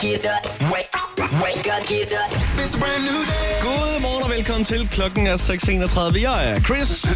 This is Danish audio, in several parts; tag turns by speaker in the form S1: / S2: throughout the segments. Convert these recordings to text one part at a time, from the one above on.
S1: get up. Wake, wake up, get up. It's a brand new day.
S2: Godmorgen og velkommen til. Klokken er 6.31. Jeg er Chris.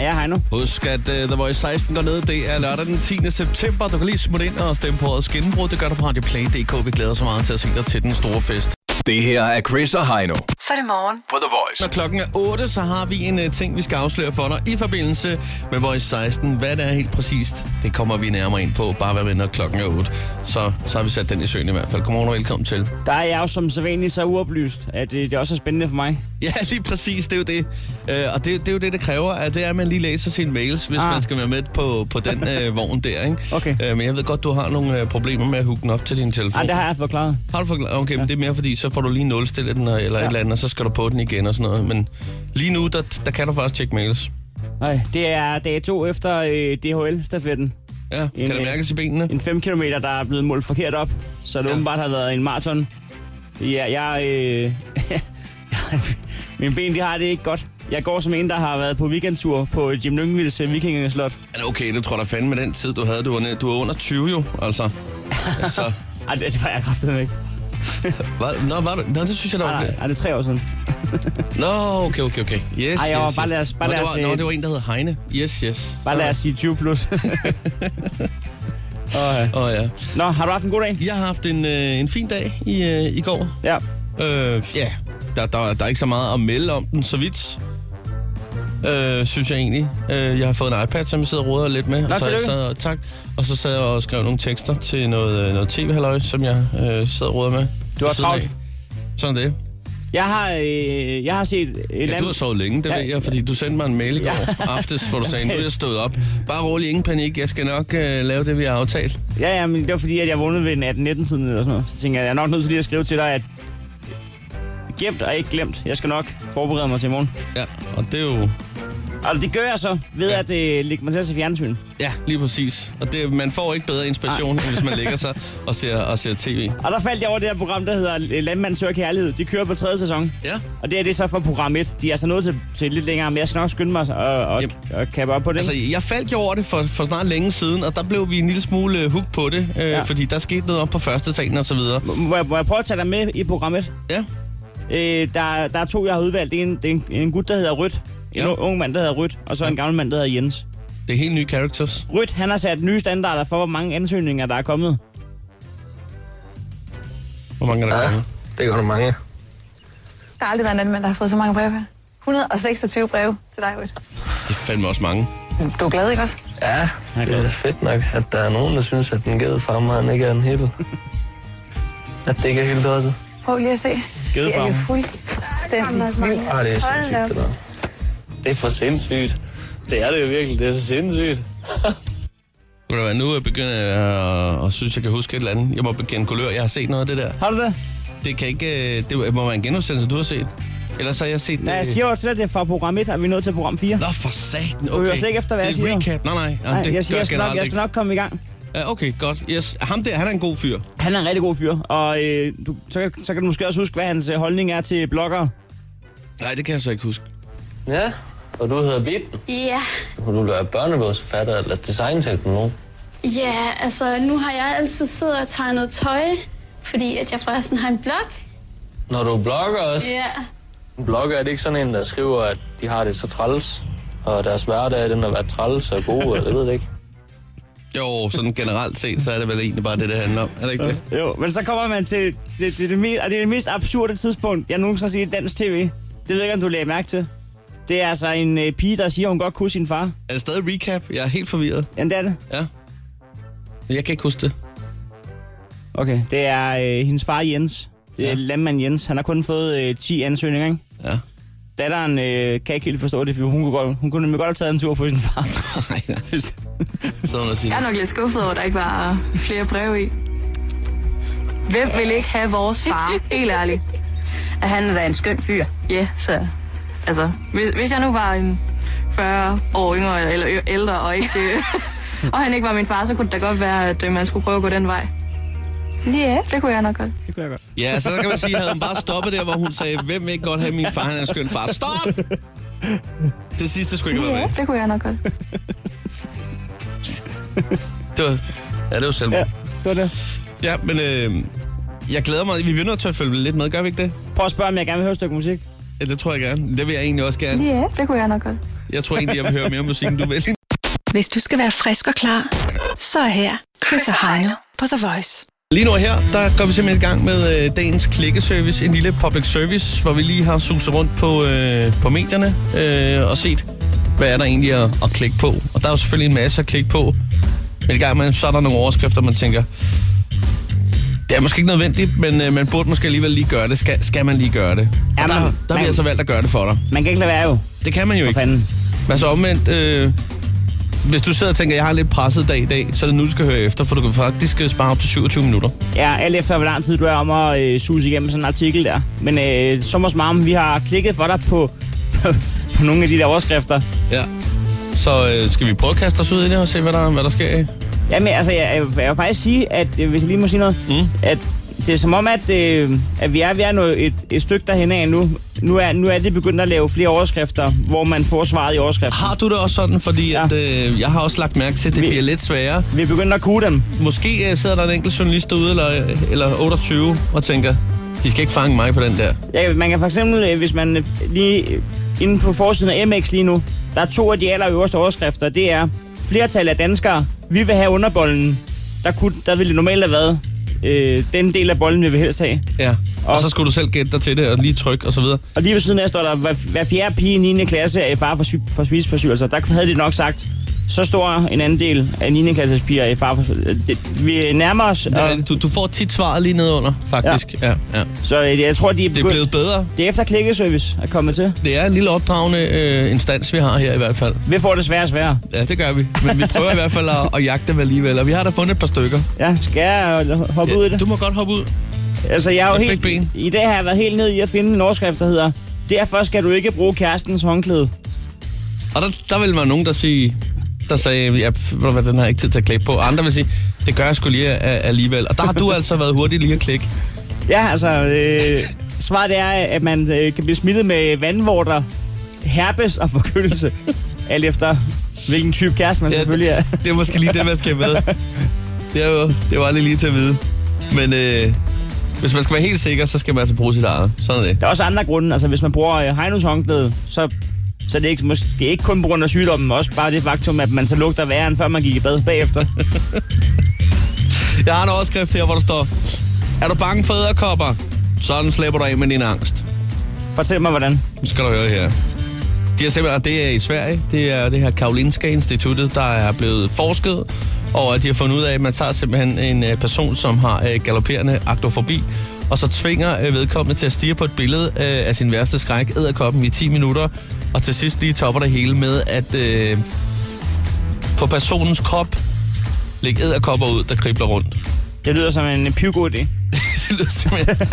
S3: ja, hej nu.
S2: Husk, at uh, The Voice 16 går ned. Det er lørdag den 10. september. Du kan lige smutte ind og stemme på årets gennembrud. Det gør du på radioplay.dk. Vi glæder os så meget til at se dig til den store fest.
S4: Det her er Chris og Heino
S5: Så er det morgen.
S4: på The Voice.
S2: Når klokken er 8, så har vi en uh, ting, vi skal afsløre for dig i forbindelse med Voice 16. Hvad det er helt præcist, det kommer vi nærmere ind på. Bare vær med, når klokken er 8. Så, så har vi sat den i søen i hvert fald. Godmorgen og velkommen til.
S3: Der er jeg jo som sædvanlig så uoplyst, at øh, det, det også er spændende for mig.
S2: Ja, lige præcis. Det er jo det. Øh, og det, det er jo det, det kræver, at det er, at man lige læser sine mails, hvis ah.
S3: Ah.
S2: man skal være med på, på den øh, vogn der, ikke?
S3: Okay. Ah,
S2: Øh, men jeg ved godt, du har nogle øh, problemer med at hugge den op til din telefon.
S3: Ej, det har jeg forklaret.
S2: Har du forklaret? Okay, ja. men det er mere fordi, så får du lige nulstillet den, og- eller ja. et
S3: Ja.
S2: eller andet, og så skal du på den igen og sådan noget. Men lige nu, der, der kan du faktisk tjekke mails.
S3: Nej, det er dag to efter øh, DHL-stafetten.
S2: Ja, en, kan det
S3: øh,
S2: mærkes i benene?
S3: En 5 km, der er blevet målt forkert op, så det
S2: Ja.
S3: ja. åbenbart har været en maraton. Ja, jeg... Øh, mine ben, de har det ikke godt. Jeg går som en, der har været på weekendtur på Jim Lyngvilds øh, vikingeslot.
S2: Men okay, det tror jeg da fandme den tid, du havde. Du var, ned- du var under 20 jo, altså. altså
S3: Ej, det, det var jeg kraftedet ikke.
S2: var, nå, var du, nå, det synes jeg da
S3: Nej,
S2: var
S3: Ah, nej, nej, det er tre år siden.
S2: Nå, okay, okay, okay. Yes,
S3: Ej, jo,
S2: yes,
S3: bare
S2: yes.
S3: lad os- bare
S2: nå,
S3: lad
S2: det
S3: os,
S2: var, nå,
S3: øh,
S2: det var en, der hed Heine. Yes, yes.
S3: Bare lad os sige 20 plus. Og, øh,
S2: Åh, ja.
S3: Nå, har du haft en god dag?
S2: Jeg har haft en, øh, en fin dag i, øh, i går.
S3: Ja.
S2: Øh, ja, der, der, der er ikke så meget at melde om den, så vidt. Øh, synes jeg egentlig. Øh, jeg har fået en iPad, som jeg sidder og roder lidt med. og så jeg
S3: tillykke.
S2: sad, og, tak. Og så sad jeg og skrev nogle tekster til noget, øh, noget tv-halløj, som jeg øh, sidder og roder med.
S3: Du har
S2: ved siden af.
S3: travlt.
S2: Sådan er det.
S3: Jeg har, øh, jeg har set et ja,
S2: Ja, du har sovet længe, det ja.
S3: Ja.
S2: ved jeg, fordi du sendte mig en mail i går aftes, hvor du sagde, nu er jeg stået op. Bare rolig, ingen panik, jeg skal nok øh, lave det, vi har aftalt.
S3: Ja, ja, men det var fordi, at jeg vågnede ved en 18-19-tiden eller sådan noget. Så tænkte jeg, jeg er nok nødt til lige at skrive til dig, at gemt og ikke glemt. Jeg skal nok forberede mig til i morgen.
S2: Ja, og det er jo...
S3: Og det gør jeg så ved
S2: Ja.
S3: at øh, lægge mig til at se fjernsyn.
S2: Ja, lige præcis. Og det, man får ikke bedre inspiration, end hvis man lægger sig og ser, og ser tv.
S3: Og der faldt jeg over det her program, der hedder øh, Landmand søger kærlighed. De kører på tredje sæson.
S2: Ja.
S3: Og det er det så for program 1. De er altså nået til, til lidt længere, men jeg skal nok skynde mig og, og,
S2: Jamen.
S3: og kappe op på det.
S2: Altså,
S3: Altså,
S2: jeg faldt jo over det for, for snart længe siden, og der blev vi en lille smule øh, hooked på det, øh, ja.
S3: Ja.
S2: fordi der skete noget op på første salen og så videre.
S3: må, jeg, må jeg prøve at tage dig med i program 1?
S2: Ja,
S3: Øh, der, der er to, jeg har udvalgt. Det er en, det er en, en gut, der hedder Rødt. En
S2: Ja.
S3: ja. ung mand, der hedder Rødt. Og så en gammel mand, der hedder Jens.
S2: det er helt nye characters.
S3: Rødt, han har sat nye standarder for, hvor mange ansøgninger, der er kommet.
S2: Hvor mange er der ja. kommet?
S6: Det gør du mange.
S5: Der har aldrig været en anden mand, der har fået så mange breve. 126 breve til dig, Rødt.
S2: Det er fandme også mange.
S5: Du er glad, ikke også?
S6: Ja, det er da fedt nok, at der er nogen, der synes, at den gede farmer, han ikke er en hippie. At det ikke er helt dårligt.
S5: Prøv lige at se. Det er jo
S3: Gedefarmen.
S5: fuldstændig vildt.
S6: Ah, det er
S5: Hold da
S6: sindssygt,
S5: op.
S6: det der. Det er for sindssygt. Det er det jo virkelig, det er for sindssygt.
S2: Ved du hvad, Nu er jeg begyndt øh, at, at synes, jeg kan huske et eller andet. Jeg må begynde kulør. Jeg har set noget af det der.
S3: Har du det?
S2: Det kan ikke... øh, Det må være en genudsendelse, du har set. Ellers har jeg set det...
S3: Nej, jeg siger jo til dig, at det er fra program 1, og vi er nået til program 4.
S2: Nå, for satan, okay.
S3: hører slet ikke efter, hvad jeg
S2: Det er
S3: siger.
S2: recap. Nej, nej, nej
S3: Nej,
S2: det
S3: jeg, siger,
S2: gør
S3: jeg, skal nok,
S2: generelt
S3: jeg skal nok komme i gang.
S2: ikke. Ja, okay, godt. Yes. Ham der, han er en god fyr.
S3: Han er en rigtig god fyr, og øh, du, så, kan- så kan du måske også huske, hvad hans øh, holdning er til bloggere.
S2: Nej, det kan jeg så ikke huske.
S6: Ja, og du hedder Bitten.
S7: Ja,
S6: Og du vil være børnebogsforfatter eller designteknolog.
S7: ja, altså nu har jeg altid siddet og tegnet tøj, fordi at jeg forresten har en blog.
S6: Når du blogger også.
S7: Ja,
S6: En blogger er det ikke sådan en, der skriver, at de har det så træls. Og deres hverdag er den at være træls og gode, eller jeg ved det ikke.
S2: Jo, sådan generelt set, så er det vel egentlig bare det, det handler om. Er det ikke det?
S3: Jo, men så kommer man til, til, til det, mest, og det, er det mest absurde tidspunkt, jeg nogensinde har set i dansk tv. Det ved jeg ikke, om du lagde mærke til. Det er altså en øh, pige, der siger, at hun godt kunne sin far.
S2: Er det stadig recap? Jeg er helt forvirret.
S3: Jamen, det er det.
S2: Ja. Jeg kan ikke huske det.
S3: Okay, det er øh, hendes far Jens. Det er
S2: Ja.
S3: ja. landmand Jens. Han har kun fået øh, 10 ansøgninger, ikke?
S2: Ja.
S3: Datteren øh, kan ikke helt forstå det, for hun kunne, godt, hun kunne nemlig godt have taget en tur på sin far.
S2: Nej, nej. Sådan at sige.
S8: Jeg er nok lidt skuffet over, at der ikke var Ah, flere breve i. Hvem vil ikke have vores far? Helt ærligt.
S9: at han er da en skøn fyr.
S8: Ja, yeah, så... Altså, hvis, hvis jeg nu var en 40 år yngre eller, eller ældre, og, ikke, øh, og han ikke var min far, så kunne det da godt være, at øh, man skulle prøve at gå den vej.
S5: Ja.
S8: Det kunne jeg nok godt.
S3: Det kunne jeg godt.
S2: Ja, så der kan man sige, havde hun bare stoppet der, hvor hun sagde, hvem vil ikke godt have min far, han er en skøn far. Stop! Det sidste skulle ikke have været med.
S8: Det kunne jeg nok godt.
S2: Det var, ja, det var selvmord.
S3: Det var det.
S2: Ja, men øh, Jeg glæder mig. Vi bliver nødt til at følge lidt med, gør vi ikke det?
S3: Prøv at spørge, om jeg gerne vil høre et stykke musik.
S2: Ja, det tror jeg gerne. Det vil jeg egentlig også gerne.
S8: Ja, yeah, det kunne jeg nok godt.
S2: Jeg tror egentlig, jeg vil høre mere musik, end du vil.
S10: Hvis du skal være frisk og klar, så er her Chris og Heino på The Voice.
S2: Lige nu her, der går vi simpelthen i gang med øh, dagens klikkeservice. En lille public service, hvor vi lige har suset rundt på, øh, på medierne øh, og set, hvad er der egentlig at, at klikke på. Og der er jo selvfølgelig en masse at klikke på. Men i gang med, så er der nogle overskrifter, man tænker, det er måske ikke nødvendigt, men øh, man burde måske alligevel lige gøre det. Skal, skal man lige gøre det? Og
S3: Ja,
S2: der,
S3: man-
S2: der har vi
S3: man-
S2: altså valgt at gøre det for dig.
S3: Man kan ikke lade være jo.
S2: Det kan man jo
S3: For
S2: ikke.
S3: fanden.
S2: Men så omvendt, øh, hvis du sidder og tænker, jeg har en lidt presset dag i dag, så er det nu, du skal høre efter, for du kan faktisk øh, spare op til 27 minutter.
S3: Ja, alt efter hvor lang tid du er om at øh, suse igennem sådan en artikel der. Men øh, Sommers Marm, vi har klikket for dig på, på, på nogle af de der overskrifter.
S2: Ja. Så øh, skal vi prøve at kaste os ud i det og se, hvad der, hvad der sker.
S3: Jamen, altså, jeg, jeg, jeg vil faktisk sige, at øh, hvis jeg lige må sige noget,
S2: Mm.
S3: at det er som om, at, øh, at vi er ved at nå et, et stykke derhen af nu. Nu er, nu er det begyndt at lave flere overskrifter, hvor man får svaret i overskriften.
S2: Har du det også sådan? Fordi
S3: Ja.
S2: ja. at, øh, jeg har også lagt mærke til, at det
S3: Vi-
S2: bliver lidt sværere.
S3: Vi er begyndt at kunne dem.
S2: Måske øh, sidder der en enkelt journalist derude, eller, øh, eller 28, og tænker, de skal ikke fange mig på den der.
S3: Ja, man kan for eksempel, øh, hvis man øh, lige øh, inde på forsiden af MX lige nu, der er to af de allerøverste overskrifter. Det er, flertal af danskere, vi vil have underbollen. Der, kunne, der ville det normalt have været, øh, den del af bolden vil vi helst have.
S2: Ja. Og,
S3: Og-
S2: og så skulle du selv gætte dig til det, og lige trykke, og så videre.
S3: Og lige ved siden af står der, hver, hver fjerde pige i 9. klasse er i fare for, svi- for spiseforstyrrelser. Der havde de nok sagt, så stor en andel af 9. klasses piger er i fare for... øh, Det, vi nærmer os,
S2: Det er,
S3: og,
S2: rigtigt. Øh, du, du får tit svaret lige nedenunder, faktisk. Ja. Ja, ja.
S3: så øh, jeg tror, de er,
S2: Det er blevet bedre.
S3: det er efter klikkeservice er kommet til.
S2: Det er en lille opdragende øh, instans, vi har her i hvert fald.
S3: Vi får det sværere og sværere.
S2: Ja, det gør vi. Men vi prøver i hvert fald at, at jagte dem alligevel, og vi har da fundet et par stykker.
S3: Ja, skal jeg øh, hoppe ud i det?
S2: du må godt hoppe ud.
S3: Altså, jeg er jo
S2: Et
S3: helt,
S2: begge ben.
S3: I dag har jeg været helt ned i at finde en overskrift, der hedder Derfor skal du ikke bruge kærestens håndklæde.
S2: Og der, der ville man nogen, der sige, der sagde, ja, pf, ved du hvad, den har jeg ikke tid til at klikke på. Og andre vil sige, det gør jeg sgu lige a- alligevel. Og der har du altså været hurtig lige at klikke.
S3: Ja, altså, øh, svaret er, at man øh, kan blive smittet med vandvorter, herpes og forkyndelse. Alt efter, hvilken type kæreste man ja, selvfølgelig er.
S2: det, det er måske lige det, man skal med. Det, er jo, det var aldrig lige til at vide. Men øh, hvis man skal være helt sikker, så skal man altså bruge sit eget. Sådan er det.
S3: Der er også andre grunde. Altså, hvis man bruger øh, Heinos håndklæde, så, så er det ikke, måske ikke kun på grund af sygdommen, men også bare det faktum, at man så lugter værre, end før man gik i bad bagefter.
S2: Jeg har en overskrift her, hvor der står, er du bange for æderkopper? Sådan slipper du af med din angst.
S3: Fortæl mig, hvordan.
S2: Nu skal du høre her. De har simpelthen, og det er i Sverige, det er det her Karolinska Instituttet, der er blevet forsket, og at de har fundet ud af, at man tager simpelthen en øh, person, som har øh, galopperende aktofobi, og så tvinger øh, vedkommende til at stige på et billede øh, af sin værste skræk, æderkoppen, i 10 minutter, og til sidst lige topper det hele med, at øh, på personens krop lægge æderkopper ud, der kribler rundt.
S3: Det lyder som en pivgod idé.
S2: Det lyder simpelthen...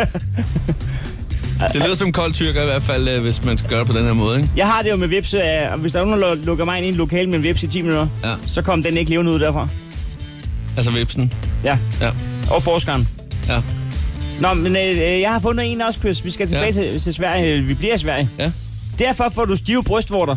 S2: det lyder som kold tyrker i hvert fald, øh, hvis man skal gøre det på den her måde, ikke?
S3: Jeg har det jo med vipse, øh, og hvis der er nogen, der lukker mig ind i en lokal med en vips i 10 minutter,
S2: Ja.
S3: så kom den ikke levende ud derfra.
S2: Altså vipsen.
S3: Ja,
S2: Ja,
S3: og forskeren.
S2: ja,
S3: Nå, men øh, øh, jeg har fundet en også, Chris. Vi skal tilbage ja.
S2: Ja.
S3: til, til Sverige. Øh, Vi bliver i Sverige.
S2: ja.
S3: Derfor får du stive brystvorter.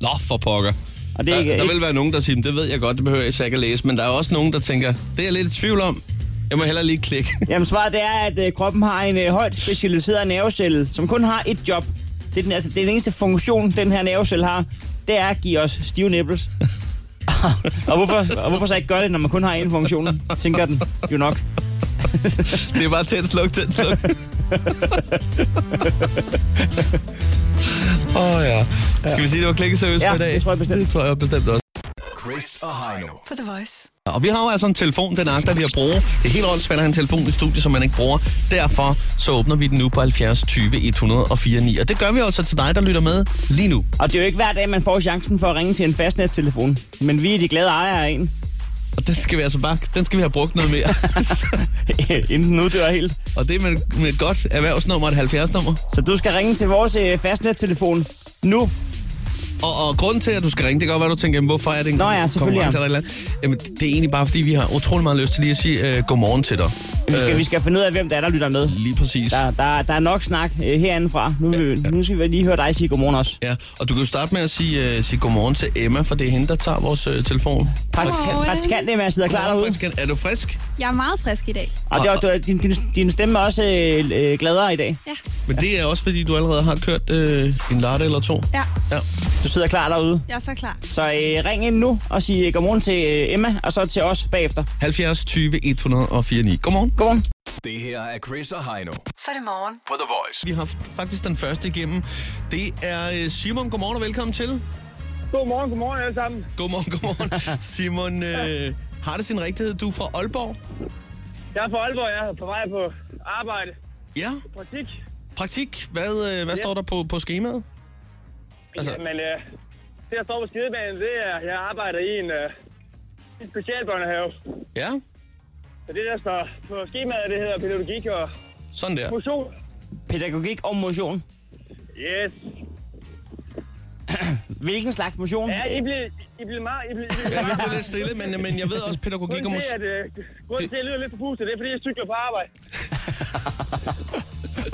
S2: Nå, for pokker.
S3: Og det er ikke,
S2: der, der
S3: ikke,
S2: vil være nogen, der siger, det ved jeg godt, det behøver jeg ikke at læse, men der er også nogen, der tænker, det er jeg lidt i tvivl om. Jeg må hellere lige klikke.
S3: Jamen, svaret det er, at øh, kroppen har en øh, højt specialiseret nervecelle, som kun har et job. Det er den, altså, det er den eneste funktion, den her nervecelle har. Det er at give os stive nipples. og, hvorfor, og hvorfor så ikke gøre det, når man kun har én funktion, tænker den jo nok.
S2: Det er bare tænd sluk, tænd sluk. Åh oh, ja. Skal vi sige, det var klikkeservice
S3: Ja,
S2: for i dag?
S3: det tror jeg bestemt.
S2: Det tror jeg bestemt også.
S4: Chris og Heino.
S10: På The Voice.
S2: Og vi har jo altså en telefon, den agter vi at bruge. Det er helt åndssvagt at have en telefon i studiet, som man ikke bruger. Derfor så åbner vi den nu på 70 20 104 9. Og det gør vi altså til dig, der lytter med lige nu.
S3: Og det er jo ikke hver dag, man får chancen for at ringe til en fastnettelefon. Men vi er de glade ejere af en,
S2: Og den skal vi altså bare, den skal vi have brugt noget mere.
S3: inden den uddør helt.
S2: og det er med, med et godt erhvervsnummer, et 70-nummer.
S3: Så du skal ringe til vores øh, fastnettelefon nu.
S2: Og, og grunden til, at du skal ringe, det kan godt være, du tænker, jamen, hvorfor er det en
S3: Nå ja, selvfølgelig,
S2: konkurrence
S3: ja.
S2: eller et eller andet. Jamen, det er egentlig bare, fordi vi har utrolig meget lyst til lige at sige øh, godmorgen til dig.
S3: Vi skal,
S2: Øh.
S3: vi skal finde ud af, hvem der er, der lytter med.
S2: Lige præcis.
S3: Der, der, der er nok snak øh, herindefra. Nu, ja, ja. nu skal vi lige høre dig sige godmorgen også.
S2: Ja, og du kan jo starte med at sige, uh, sige godmorgen til Emma, for det er hende, der tager vores uh, telefon.
S3: Praktikant, praktikant Emma sidder klar derude.
S2: Praktikant, Er du frisk?
S11: Jeg er meget frisk i dag.
S3: Og, det, og, og din, din, din stemme er også øh, øh, gladere i dag.
S11: Ja.
S2: Men det er også, fordi du allerede har kørt øh, en latte eller to.
S11: Ja,
S2: Ja.
S3: Du sidder klar derude.
S11: jeg er så klar.
S3: Så øh, ring ind nu og sig øh, godmorgen til øh, Emma, og så til os bagefter.
S2: 70 20 104 9. Godmorgen.
S3: Godmorgen.
S4: Det her er Chris og Heino
S10: Så er det morgen.
S4: på The Voice.
S2: Vi har haft faktisk den første igennem. Det er øh, Simon. Godmorgen og velkommen til.
S12: Godmorgen, godmorgen alle sammen.
S2: Godmorgen, godmorgen. Simon, øh, har det sin rigtighed? Du er fra Aalborg?
S12: Jeg er fra Aalborg, jeg er på vej på arbejde.
S2: Ja.
S12: Praktik.
S2: Praktik. Hvad, øh, hvad
S12: Ja.
S2: står der på, på skemaet?
S12: Altså... Jamen, øh, det jeg står på skidebanen, det er, jeg arbejder i en, øh, en specialbørnehave.
S2: Ja.
S12: Så det der står på skemaet, det hedder pædagogik og
S2: Sådan der.
S12: motion.
S3: Pædagogik og motion.
S12: Yes.
S3: Hvilken slags motion?
S12: Ja, I blev, I blev meget... I blev, I blev
S2: Ja, vi
S12: meget-
S2: blev lidt stille, men, men jeg ved også, pædagogik og
S12: Grunden til,
S2: motion...
S12: at, øh, grunden til, at jeg lyder lidt forpustet, det er, fordi jeg cykler på arbejde.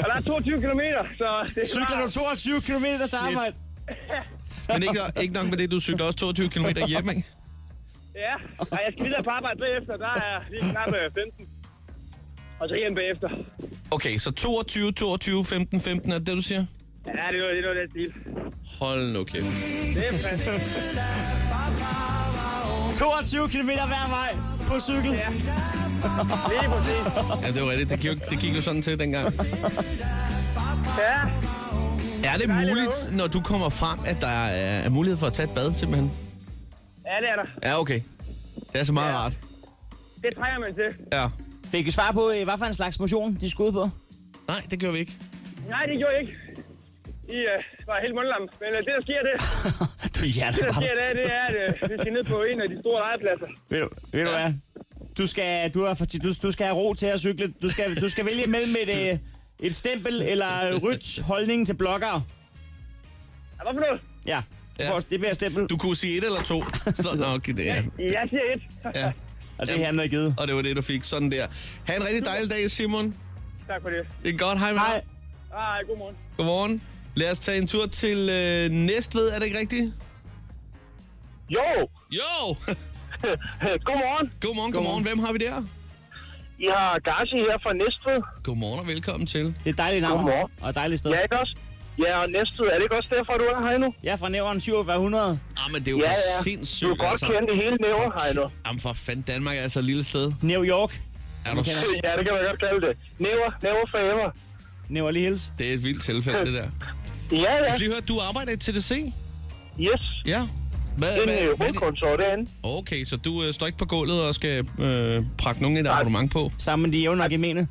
S12: og der er 22 km, så... Det er
S3: Cykler du 22 km til arbejde?
S2: Men ikke, ikke nok med det, du cykler også 22 km hjemme, ikke?
S12: Ja, og jeg skal videre på arbejde bagefter. Der er lige knap øh, 15. Og så hjem bagefter.
S2: Okay, så 22, 22, 15, 15 er det, det, du siger?
S12: Ja, det var det, var den stil.
S2: Hold nu kæft.
S12: Det er fandme.
S3: 22 km hver vej på cykel.
S12: Ja. Lige præcis.
S2: Ja, det var rigtigt. Det gik, jo- det gik jo sådan til dengang.
S12: Ja,
S2: Er det muligt, når du kommer frem, at der er er mulighed for at tage et bad, simpelthen?
S12: ja det er der.
S2: Ja, okay. Det er så meget rart.
S12: Det trænger man til.
S2: Ja.
S3: Fik I svar på, øh, hvad for en slags motion de skulle ud på?
S2: Nej, det gør vi ikke.
S12: Nej, det gjorde jeg ikke. I øh, var helt mundlam. Men øh, det, der sker, det,
S3: Du
S12: det,
S3: hjerter
S12: der
S3: bare.
S12: sker, det, er, det er, at øh, vi skal ned på en af de store legepladser.
S3: Ved du, ved du hvad? Du skal, du, har, for- du, du skal have ro til at cykle. Du skal, du skal vælge mellem et, øh, et stempel eller rødt holdning til blokker.
S12: Ja, hvad for noget?
S3: Ja,
S2: Ja.
S3: ja. det bliver et stempel.
S2: Du kunne sige et eller to. Så, nå, okay, det er.
S12: Jeg siger et.
S2: Ja.
S3: Og det er han, der er givet.
S2: Og det var det, du fik. Sådan der. Ha' en rigtig dejlig dag, Simon.
S12: tak for det. Ah,
S2: Det er godt. Hej med
S3: Hej.
S2: dig.
S12: Hej, godmorgen.
S2: Godmorgen. Lad os tage en tur til øh, Næstved. Er det ikke rigtigt?
S12: Jo,
S2: Jo!
S12: godmorgen.
S2: Godmorgen, godmorgen. Hvem har vi der?
S12: I har Garci her fra Næstved.
S2: Godmorgen og velkommen til.
S3: Det er et dejligt navn.
S12: Godmorgen.
S3: Og et dejligt sted.
S12: Ja, ikke også? Ja, og næste, er det ikke også derfor, du er her endnu?
S3: Jeg er fra nævren 4700.
S2: Ah, men det er jo
S12: Ja,
S2: for
S12: ja. Du
S2: sindssygt. altså.
S12: er godt kendt i hele næver her endnu.
S2: Jamen for fanden, Danmark er altså et lille sted.
S3: New York.
S2: Er du...
S3: kender.
S12: Ja, det kan man godt kalde det. Næver, næver forever.
S3: Neverly Hills.
S2: Det er et vildt tilfælde, det der.
S12: Ja, ja.
S2: Jeg skal lige høre, du arbejder i TDC?
S12: Yes.
S2: Ja. Hvad,
S12: Den
S2: hvad,
S12: øh,
S2: hvad, er det-
S12: hovedkontor derinde.
S2: okay, så du øh, står ikke på gulvet og skal øh, prakke nogen et abonnement på?
S3: Sammen med de jævne og gemene.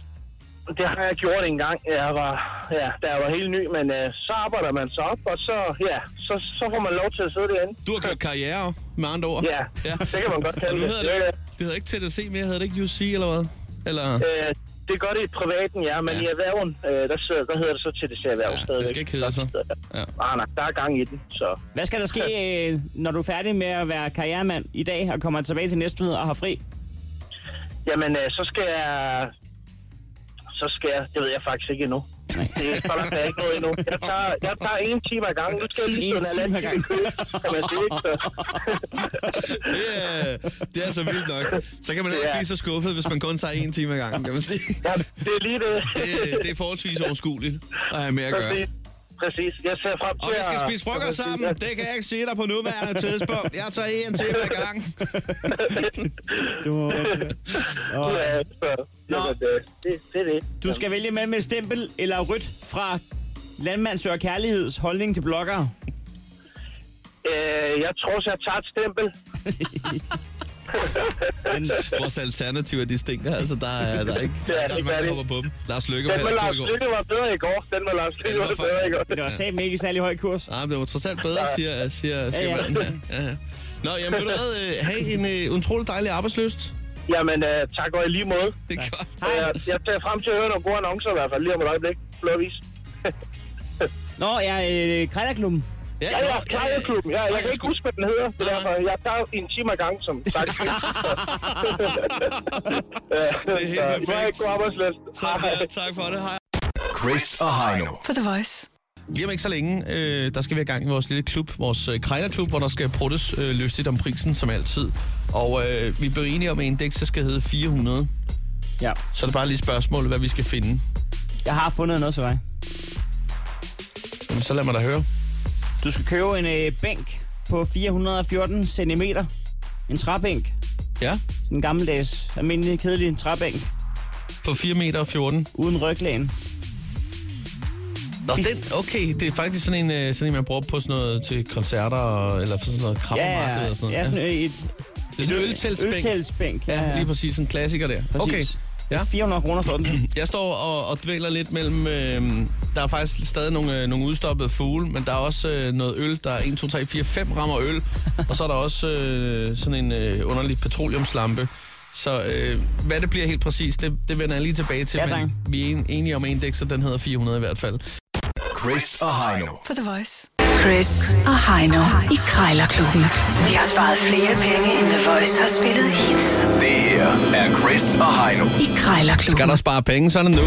S12: Det har jeg gjort en gang, jeg var, ja, da jeg var helt ny, men øh, så arbejder man så op, og så, ja, så, så får man lov til at sidde derinde.
S2: Du har gjort karriere, med andre ord.
S12: Ja, det kan man godt kalde
S2: Og nu
S12: det.
S2: hedder det.
S12: Ja,
S2: jo
S12: ja.
S2: ikke- Det hedder ikke TDC mere, hedder det ikke UC eller hvad? Eller...
S12: Øh, det gør det i privaten, ja, men
S2: Ja.
S12: ja. i erhverven, øh, der, sidder, der hedder det så til det erhverv
S2: Ja,
S12: stadigvæk. Ah,
S2: det skal ikke hedde sig. Ja.
S12: Nej, nej, der er gang i den, så...
S3: Hvad skal der ske, øh, når du er færdig med at være karrieremand i dag og kommer tilbage til næste og har fri?
S12: Jamen, øh, så skal jeg... Så skal jeg... Det ved jeg faktisk ikke endnu. Det er så langt, er jeg ikke nået endnu. Jeg tager, jeg tager en time ad gangen. Nu skal jeg lige
S3: En
S12: stå en
S3: time ad
S12: halvanden time i kø, kan man sige, ikke? Så,
S2: Det, er, det er altså vildt nok. Så kan man heller ikke
S12: Ja.
S2: blive så skuffet, hvis man kun tager en time ad gangen, kan man sige.
S12: ja, det er lige det.
S2: Det, det er forholdsvis overskueligt at have med at gøre.
S12: Præcis. Præcis. Jeg ser frem til
S2: Og vi skal
S12: at-
S2: spise frokost sammen. Det kan jeg ikke sige dig på nuværende tidspunkt. Jeg tager en til hver gang.
S3: Du, må- og,
S12: Ja, så... Jamen, øh, det, det er det.
S3: du skal vælge mellem et stempel eller rødt fra Landmand Søger Kærligheds holdning til blokker.
S12: Øh, jeg tror, så jeg tager et stempel.
S3: Den,
S2: Vores alternativer, de stinker. Altså, der er, der er ikke, der
S12: Ja,
S2: er
S12: det
S2: ikke
S12: gør
S2: mange, der
S12: det.
S2: hopper på dem. Lars Løkke var
S12: Den med
S2: heller
S12: Lars
S2: ikke på i går.
S12: Lykke var bedre i går. Den med Lars Lykke
S2: Den var
S12: var bedre i går.
S3: det var sammen ikke i særlig høj kurs.
S2: Ah, men det var trods alt bedre, siger, siger, siger
S3: Ja, ja.
S2: manden her. Ja, ja. Nå, jamen, ved du hvad? øh, Have en øh, utrolig dejlig arbejdsløst.
S12: Jamen, øh, tak og i lige måde.
S2: Det er godt.
S3: Hej.
S12: Jeg, jeg ser frem til at høre nogle gode annoncer i hvert fald lige om et øjeblik. Blåvis.
S3: Nå, jeg er øh, Krejlerklubben.
S12: Ja, ja, ja, Kajaklubben. Ja, jeg kan ikke huske, hvad den hedder. Det er derfor, jeg tager en time ad gang, som sagt.
S2: Det er helt perfekt.
S12: Jeg er ikke på arbejdsløst.
S2: Sådan der. Tak for det. Hej.
S4: Chris og Heino.
S10: På The Voice.
S2: Lige om ikke så længe, øh, der skal vi have gang i vores lille klub, vores øh, krejlerklub, hvor der skal pruttes øh, lystigt om prisen, som altid. Og øh, vi blev enige om, at indekset skal hedde 400.
S3: Ja.
S2: Så er det bare lige et spørgsmål, hvad vi skal finde.
S3: Jeg har fundet noget til dig.
S2: Jamen, så lad mig da høre.
S3: Du skal købe en øh, bænk på 414 cm. En træbænk.
S2: Ja.
S3: Sådan en gammeldags, almindelig, kedelig træbænk.
S2: På 4 meter og 14.
S3: Uden ryglæn.
S2: Nå, den, okay, det er faktisk sådan en, øh, sådan en man bruger på sådan noget til koncerter, og, eller sådan noget krammermarked og sådan noget.
S3: Ja, sådan øh, et,
S2: Det er sådan en øltælsbænk.
S3: øltælsbænk.
S2: Ja, lige præcis. En klassiker der. Okay.
S3: Ja. 400 kroner for den.
S2: Jeg står og, og dvæler lidt mellem... Øh, der er faktisk stadig nogle, øh, nogle udstoppede fugle, men der er også øh, noget øl. Der er 1, 2, 3, 4, 5 rammer øl. Og så er der også øh, sådan en øh, underlig petroleumslampe. Så øh, hvad det bliver helt præcis, det, det vender jeg lige tilbage til.
S10: Ja, tak.
S2: men vi er en, enige om en dæk, så den hedder 400 i hvert fald.
S4: Chris og Heino.
S10: På The Voice. Chris og Heino i Krejlerklubben. De har sparet flere penge, end The Voice har spillet hits.
S4: Det her er Chris og Heino.
S10: I Krejlerklubben.
S2: Skal der spare penge, så er det nu.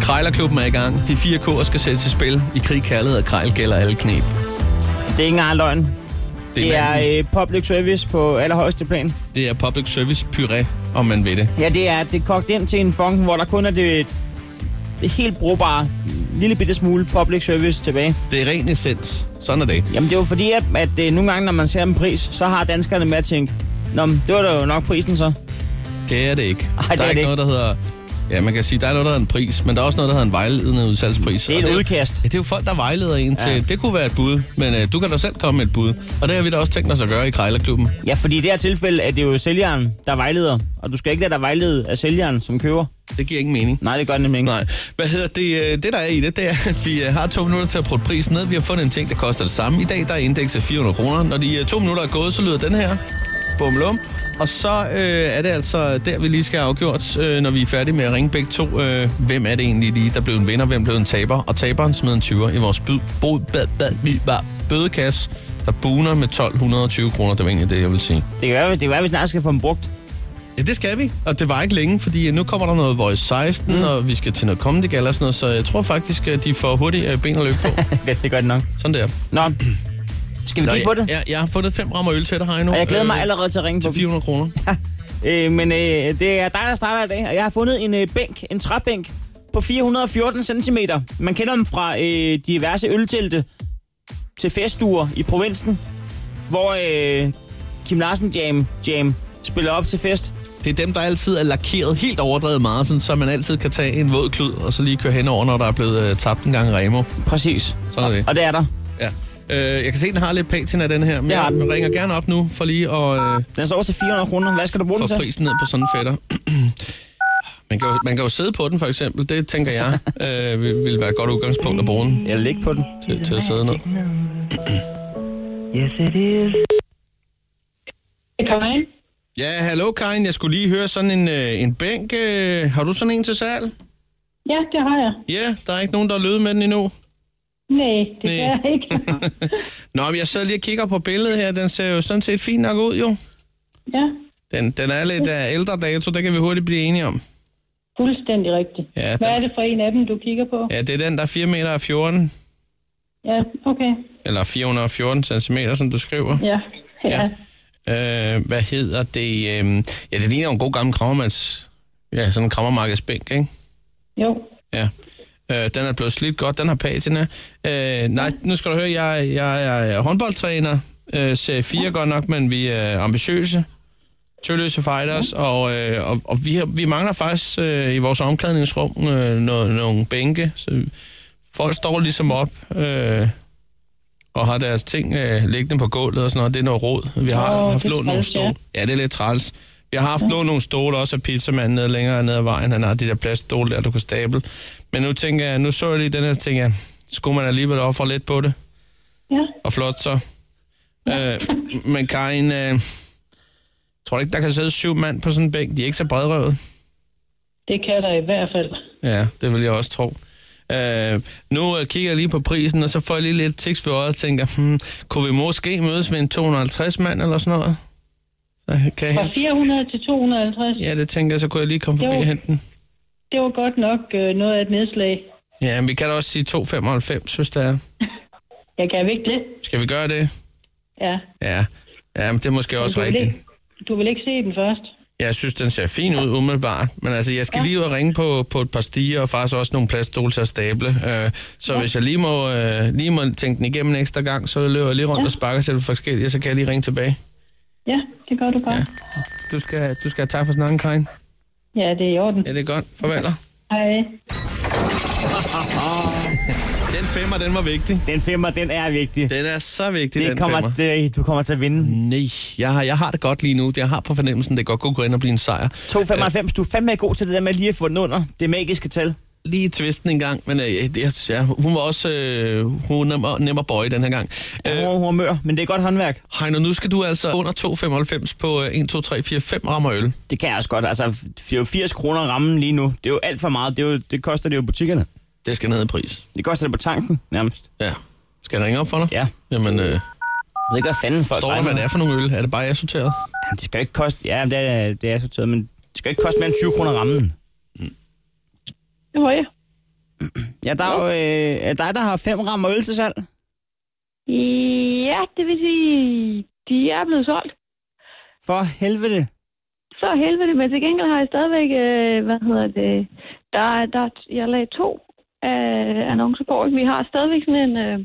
S2: Krejlerklubben er i gang. De fire K'er skal sættes i spil. I krig, kærlighed og krejl gælder alle knep.
S3: Det er ikke engang løgn. Det, det er øh, public service på allerhøjeste plan.
S2: Det er public service puré, om man ved det.
S3: Ja, det er, det er kogt ind til en funk, hvor der kun er det, det helt brugbare, lille bitte smule public service tilbage.
S2: Det er ren essens. Sådan er det.
S3: Jamen det er jo fordi, at, at øh, nogle gange, når man ser en pris, så har danskerne med at tænke, Nå, men det var da jo nok prisen så.
S2: Det er det ikke. Ej,
S3: det
S2: der
S3: er
S2: er,
S3: det
S2: ikke noget, der hedder... Ja, man kan sige, der er noget, der hedder en pris, men der er også noget, der hedder en vejledende udsalgspris.
S3: Det
S2: Og
S3: er et
S2: jo-
S3: udkast.
S2: Ja, det er jo folk, der vejleder en til. Det kunne være et bud, men øh, du kan da selv komme med et bud. Og det har vi da også tænkt os at gøre i Krejlerklubben.
S3: Ja, fordi i det her tilfælde er det jo sælgeren, der vejleder, og du skal ikke lade dig vejlede af sælgeren, som køber.
S2: Det giver ingen mening.
S3: Nej, det gør det nemlig ikke.
S2: Nej. Hvad hedder det? øh, Det, der er i det, det er, at vi øh, har to minutter til at putte prisen ned. Vi har fundet en ting, der koster det samme. I dag der er indekset 400 kroner. Når de øh, to minutter er gået, så lyder den her. Bumlum. Og så øh, er det altså der, vi lige skal have afgjort, øh, når vi er færdige med at ringe begge to. Øh, hvem er det egentlig lige, der blev en vinder, hvem blev en taber? Og taberen smed en 20'er i vores byd, bod, bad, bad, by, bad, bødekasse, der buner med 1220 kroner. Det var egentlig det, jeg vil sige.
S3: Det kan være, det kan være, at vi snart skal få dem brugt.
S2: Ja, det skal vi. Og det var ikke længe, fordi øh, nu kommer der noget Voice 16, mm. og vi skal til noget Comedy Gala og sådan noget, så jeg tror faktisk, at de får hurtigt øh, ben og løb på.
S3: ja, det gør det nok.
S2: Sådan der.
S3: Nå, skal vi
S2: Nå,
S3: kigge på det?
S2: jeg, jeg, jeg har fundet fem rammer øl til dig, Heino.
S3: Og jeg glæder mig
S2: Øh,
S3: allerede til at ringe på
S2: Til
S3: dem.
S2: 400 kroner.
S3: Øh, men øh, det er dig, der starter i dag, og jeg har fundet en øh, bænk, en træbænk på 414 cm. Man kender dem fra øh, diverse øltelte til festuer i provinsen, hvor øh, Kim Larsen Jam, Jam spiller op til fest.
S2: Det er dem, der altid er lakeret helt overdrevet meget, sådan, så man altid kan tage en våd klud, og så lige køre henover, når der er blevet øh, tabt en gang Remo.
S3: Præcis.
S2: Sådan er det.
S3: Og det er der.
S2: Ja. Øh, jeg kan se, den har lidt patina, den her, men
S3: Det har
S2: jeg
S3: den.
S2: ringer gerne op nu, for lige at... Øh,
S3: Den står til 400 kroner. Hvad skal du bruge den
S2: får
S3: til?
S2: prisen ned på sådan en fætter. Man kan, jo, man kan jo sidde på den, for eksempel. Det tænker jeg øh, vil, vil være et godt udgangspunkt at bruge den
S3: Jeg ligger på den.
S2: til, til at sidde ned.
S11: Yes, it is.
S13: Kom ind.
S2: Ja, hallo Karin. Jeg skulle lige høre sådan en, øh, en bænk. Øh, har du sådan en til salg?
S13: Ja, det har jeg.
S2: Ja, der er ikke nogen, der har lød med den endnu.
S13: Nej, det
S2: Nej.
S13: kan jeg ikke.
S2: Nå, men jeg sidder lige og kigger på billedet her. Den ser jo sådan set fint nok ud, jo.
S13: Ja,
S2: Den, den er lidt af ældre dato, det kan vi hurtigt blive enige om.
S13: fuldstændig rigtigt.
S2: Ja,
S13: Hvad
S2: den-
S13: er det for en af dem, du kigger på?
S2: Ja, det er den, der er 4 meter og 14,
S13: Ja, okay.
S2: eller 414 cm, som du skriver.
S13: Ja, ja. ja.
S2: Øh, hvad hedder det? Øh, ja, det ligner jo en god gammel krammermands... Ja, sådan en krammermarkedsbænk, ikke?
S13: Jo.
S2: Ja. Øh, den er blevet slidt godt, den har patina. Øh, nej, nu skal du høre, jeg, jeg, jeg er håndboldtræner. Øh, serie 4 godt nok, men vi er ambitiøse. Tølløse fighters, og, øh, og, og vi, har, vi mangler faktisk øh, i vores omklædningsrum øh, nogle, nogle bænke. Så folk står ligesom op øh, og har deres ting øh, liggende på gulvet og sådan noget. Det er noget råd. Vi har
S13: Åh,
S2: oh, haft
S13: det er
S2: lånt nogle
S13: træls, ja.
S2: stole. Ja, det er lidt træls. Jeg har haft lånt nogle stole også af pizzamanden nede længere ned ad vejen. Han har de der plaststole der, du kan stable. Men nu tænker jeg, nu så jeg lige den her, tænker jeg, skulle man alligevel ofre lidt på det?
S13: Ja.
S2: Og flot så. Øh, men Karin, øh, tror du ikke, der kan sidde syv mand på sådan en bænk? De er ikke så bredrøvet.
S13: Det kan der i hvert fald.
S2: Ja, det vil jeg også tro. Øh, nu øh, kigger jeg lige på prisen, og så får jeg lige lidt tekst for øjet og tænker, hmm, kunne vi måske mødes ved en 250 mand eller sådan noget? Så kan jeg
S13: Fra
S2: hente?
S13: 400 til 250,
S2: Ja, det tænker jeg, så kunne jeg lige komme forbi
S13: Jo.
S2: og hente den.
S13: det var godt nok øh, noget af et nedslag.
S2: Ja, men vi kan da også sige 295, synes jeg.
S13: Jeg kan ikke det.
S2: Skal vi gøre det?
S13: Ja.
S2: Ja. Ja, men det er måske også
S13: du, vil
S2: rigtigt.
S13: ikke, du vil ikke se den først.
S2: Jeg synes, den ser fin ud umiddelbart, men altså, jeg skal ja. lige ud og ringe på, på et par stiger, og faktisk også nogle plaststole til at stable. Øh, så ja. hvis jeg lige må, øh, lige må tænke den igennem en ekstra gang, så løber jeg lige rundt ja. og sparker til det forskellige, så kan jeg lige ringe tilbage.
S13: Ja, det gør du godt. Ja,
S2: Du skal, du skal have tak for snakken, Karin.
S13: ja det er i orden.
S2: Ja, det er godt. Farvel. dig.
S13: Hej.
S2: Den femmer, den var vigtig.
S3: Den femmer, den er vigtig.
S2: Den er så vigtig,
S3: Det
S2: den
S3: kommer-
S2: femmer. Mm.
S3: Det, du kommer til at vinde.
S2: Nej, jeg har, jeg har det godt lige nu. Jeg har på fornemmelsen, det godt kunne gå ind og blive en sejr.
S3: 295, du er fandme god til det der med lige at få den under. Det magiske tal.
S2: lige tvisten en gang, men øh, jeg, jeg, ja, hun var også øh, hun var nem, nem at bøje den her gang. Ja,
S3: hun humør, men det er godt håndværk.
S2: Heino, nu skal du altså under 2,95 på øh, 1, 2, 3, 4, 5 rammer øl.
S3: Det kan jeg også godt. Altså, det er jo 80 kroner rammen lige nu. Det er jo alt for meget. Det, er jo, det koster det jo i butikkerne.
S2: Det skal ned i pris.
S3: Det koster det på tanken, nærmest.
S2: Ja. Skal jeg ringe op for dig?
S3: Ja.
S2: Jamen, øh,
S3: Jeg ved ikke, hvad fanden folk
S2: står der, hvad det er for nogle øl? Er det bare assorteret?
S3: Jamen, det skal jo ikke koste... Ja, det er, det er sorteret, men det skal jo ikke koste mere end 20 kroner rammen.
S13: Det var jeg.
S3: Ja, der er jo øh, er dig, der har fem rammer øl til salg.
S13: Ja, det vil sige, de er blevet solgt.
S3: For helvede.
S13: Så helvede, men til gengæld har jeg stadigvæk, øh, hvad hedder det, der, er- der, er- jeg lagde to øh, annoncer på. ikke? Vi har stadigvæk sådan en, øh,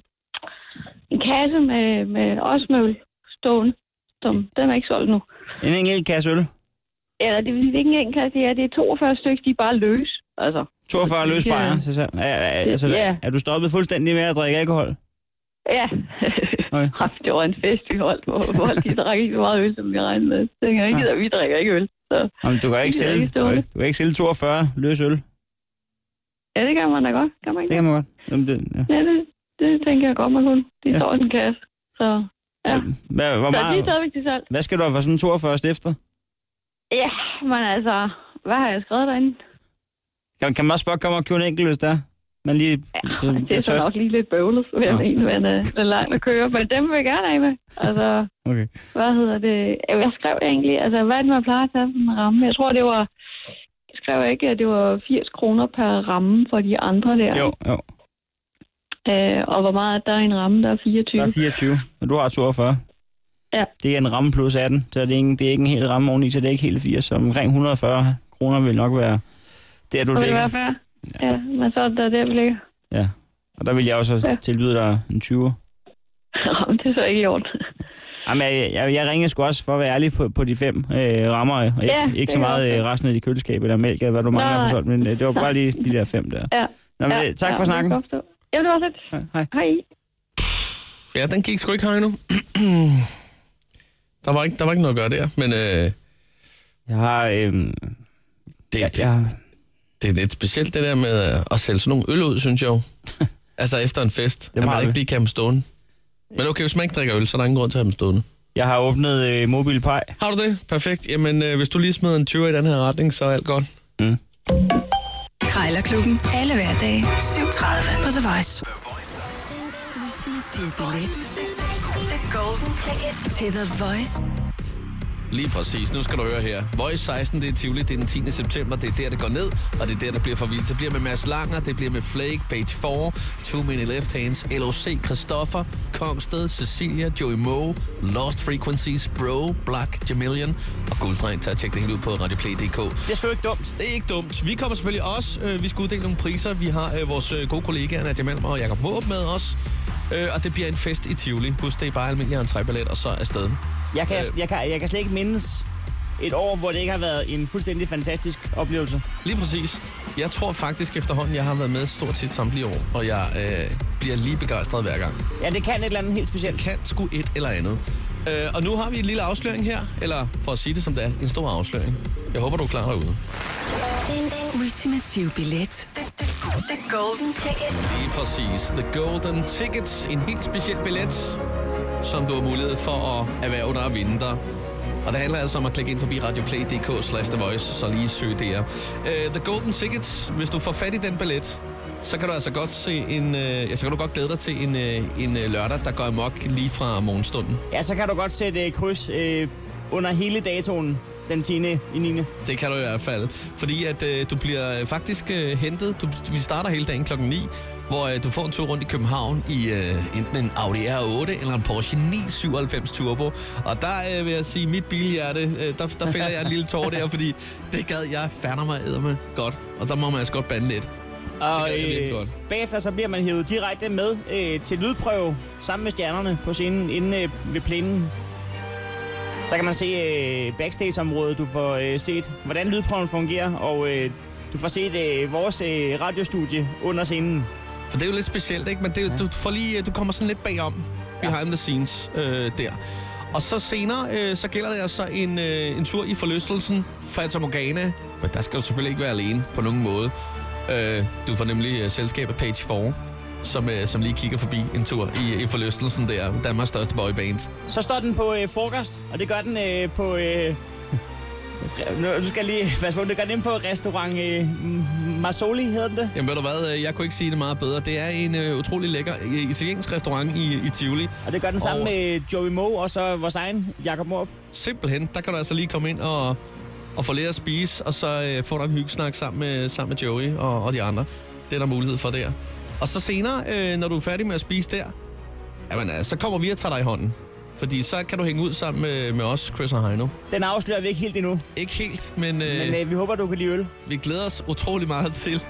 S13: en kasse med, med osmøl stående, som den er ikke solgt nu.
S3: En enkelt kasse øl.
S13: Eller det vil sige, det er ikke en enkelt kasse, det er, det er 42 stykker, de er bare løs. Altså,
S3: 42 løs bajer til salg. Er, er, altså,
S13: øh, Ja.
S3: er du stoppet fuldstændig med at drikke alkohol?
S13: ja,
S3: Okay.
S13: det var en fest, vi holdt, hvor, hvor de drak ikke så meget øl, som vi regnede med. Så tænkte jeg, ikke, vi drikker ikke øl. Så.
S3: Jamen, du kan ikke
S13: Det er
S3: sælge,
S13: ikke
S3: du kan
S13: dårligt.
S3: ikke- du kan ikke sælge 42 løs øl.
S13: Ja, det kan man da godt. Kan man ikke?
S3: Det kan man godt. Jamen, det, ja.
S13: Ja, det, det tænker jeg godt, man kunne. De ja. står i en kasse. Så, ja.
S3: Hvad, hvor
S13: så de er
S3: meget,
S13: stadigvæk til salg.
S3: hvad skal du have for sådan 42 stifter?
S13: Ja, men altså, hvad har jeg skrevet derinde?
S3: Kan, kan man også bare komme og købe en enkelt, hvis der er? Man lige... Ja,
S13: Det er så nok lige lidt bøvlet, vil jeg
S3: Nå.
S13: mene, men øh, det er langt at køre. Men dem vil jeg gerne af med. Altså,
S3: Okay.
S13: hvad hedder det? Ja, Hvad skrev jeg egentlig? Altså, hvad er det, man plejer at tage for en ramme? Jeg tror, det var... Jeg skrev ikke, at det var 80 kroner per ramme for de andre der.
S3: Jo, jo.
S13: Øh, og hvor meget er der i en ramme? Der er 24.
S3: Der er 24, og du har 42.
S13: Ja.
S3: Det er en ramme plus 18, så det er, ikke, det er ikke en hel ramme oveni, så det er ikke helt 80. Så omkring 140 kroner vil nok være der, du
S13: Og det
S3: ligger.
S13: var fair. Ja. ja, men så er det der, der vi ligger.
S3: Ja. Og der vil jeg også
S13: Ja.
S3: tilbyde dig en 20.
S13: Jamen, det er så ikke i orden.
S3: Jamen, jeg, jeg, jeg ringer sgu også for at være ærlig på, på de fem øh, rammer, og ikke,
S13: Ja,
S3: ikke
S13: det
S3: så
S13: kan
S3: meget
S13: jeg også
S3: øh, resten af de køleskaber eller mælk, eller hvad du mangler for
S13: Nej.
S3: sådan, men øh, det var bare lige de der fem der.
S13: Ja.
S3: Nå, men,
S13: ja,
S3: øh, tak
S13: ja,
S3: for
S13: det kan
S3: snakken.
S13: jeg godt forstå. Jamen, det var lidt.
S3: Hej.
S13: Hej.
S2: Ja, den gik sgu ikke, Heino. der, var ikke, der var ikke noget at gøre der, men øh,
S3: Jeg har... Øh,
S2: det,
S3: jeg, jeg,
S2: det er lidt specielt det der med øh, at sælge sådan nogle øl ud, synes jeg jo. altså efter en fest, at man
S3: meget
S2: ikke lige kan have dem stående. Men okay, hvis man ikke drikker øl, så er der ingen grund til at have dem stående.
S3: jeg har åbnet øh, mobilpej.
S2: Har du det? Perfekt. Jamen, øh, hvis du lige smider en 20 i den her retning, så er alt godt.
S10: Krejlerklubben. Alle hverdage 7.30 på The Voice. Ultimative billet. The golden ticket til The Voice.
S2: Lige præcis. Nu skal du høre her. Voice 16, det er Tivoli. Det er den 10. september. Det er der, det går ned, og det er der, der bliver for vildt. Det bliver med Mads Langer, det bliver med Flake, Page 4, Two Minute Left Hands, LOC, Christoffer, Kongsted, Cecilia, Joey Moe, Lost Frequencies, Bro, Black, Jamilian og Gulddreng. Tag og tjek det hele ud på radioplay.dk.
S3: Det er sgu ikke dumt.
S2: Det er ikke dumt. Vi kommer selvfølgelig også. Øh, vi skal uddele nogle priser. Vi har øh, vores øh, gode kollegaer, Nadia Malmer og Jakob Måb med os. Øh, og det bliver en fest i Tivoli. Husk, det er bare almindelig entrébillet, og så afsted.
S3: Jeg kan, jeg, kan, jeg kan slet ikke mindes et år, hvor det ikke har været en fuldstændig fantastisk oplevelse.
S2: Lige præcis. Jeg tror faktisk efterhånden, jeg har været med stort set samtlige år, og jeg øh, bliver lige begejstret hver gang.
S3: Ja, det kan et eller andet helt specielt.
S2: Kan sgu et eller andet. Øh, og nu har vi en lille afsløring her, eller for at sige det som det er, en stor afsløring. Jeg håber, du er klar derude.
S10: Ultimative billet. The, the, the golden ticket.
S2: Lige præcis. The Golden Tickets. En helt speciel billet, som du har mulighed for at erhverve dig og vinde dig. Og det handler altså om at klikke ind forbi radioplay.dk slash The Voice, så lige søg der. Uh, The Golden Tickets, hvis du får fat i den billet, så kan du altså godt se en, uh, ja, så kan du godt glæde dig til en, uh, en uh, lørdag, der går amok lige fra morgenstunden.
S3: Ja, så kan du godt sætte øh, kryds øh, under hele datoen den 10. i 9.
S2: Det kan du i hvert fald. Fordi at øh, du bliver øh, faktisk øh, hentet, du, vi starter hele dagen klokken 9, hvor øh, du får en tur rundt i København i øh, enten en Audi R8 eller en Porsche 997 Turbo. Og der øh, vil jeg sige, mit bilhjerte, øh, der, der fælder jeg en lille tår der, fordi det gad jeg fandme mig med godt. Og der må man altså godt bande lidt.
S3: Og øh,
S2: gad jeg virkelig godt.
S3: bagefter så bliver man hævet direkte med øh, til lydprøve sammen med stjernerne på scenen inde øh, ved plænen. Så kan man se øh, backstage-området, du får øh, set, hvordan lydprøven fungerer, og øh, du får set øh, vores øh, radiostudie under scenen.
S2: For det er jo lidt specielt, ikke? Men det, er jo- du, får lige, øh, du kommer sådan lidt bagom, behind the scenes, øh, der. Og så senere, øh, så gælder det altså en, øh, en tur i forlystelsen, Fata Morgana. Men der skal du selvfølgelig ikke være alene på nogen måde. Øh, du får nemlig øh, selskabet Page 4, som, øh, som lige kigger forbi en tur i, i forlystelsen der. Danmarks største boyband.
S3: Så står den på øh, frokost, og det gør den øh, på... Øh, nu nu skal jeg lige passe på, det gør den inde på restaurant øh, Marsoli, hedder den det?
S2: Jamen ved du hvad, øh, jeg kunne ikke sige det meget bedre. Det er en øh, utrolig lækker øh, italiensk restaurant i, i Tivoli.
S3: Og det gør den sammen med Joey Moe og så vores egen Jakob Morup.
S2: Simpelthen, der kan du altså lige komme ind og, og få lidt at spise, og så øh, få dig en hyggesnak sammen med, sammen med Joey og, og de andre. Det er der mulighed for der. Og så senere, øh, når du er færdig med at spise der, jamen, øh, så kommer vi og tager dig i hånden. Fordi så kan du hænge ud sammen med, med os, Chris og Heino.
S3: Den afslører vi ikke helt endnu.
S2: Ikke helt, men... Øh,
S3: Men øh, vi håber, du kan lide øl.
S2: Vi glæder os utrolig meget til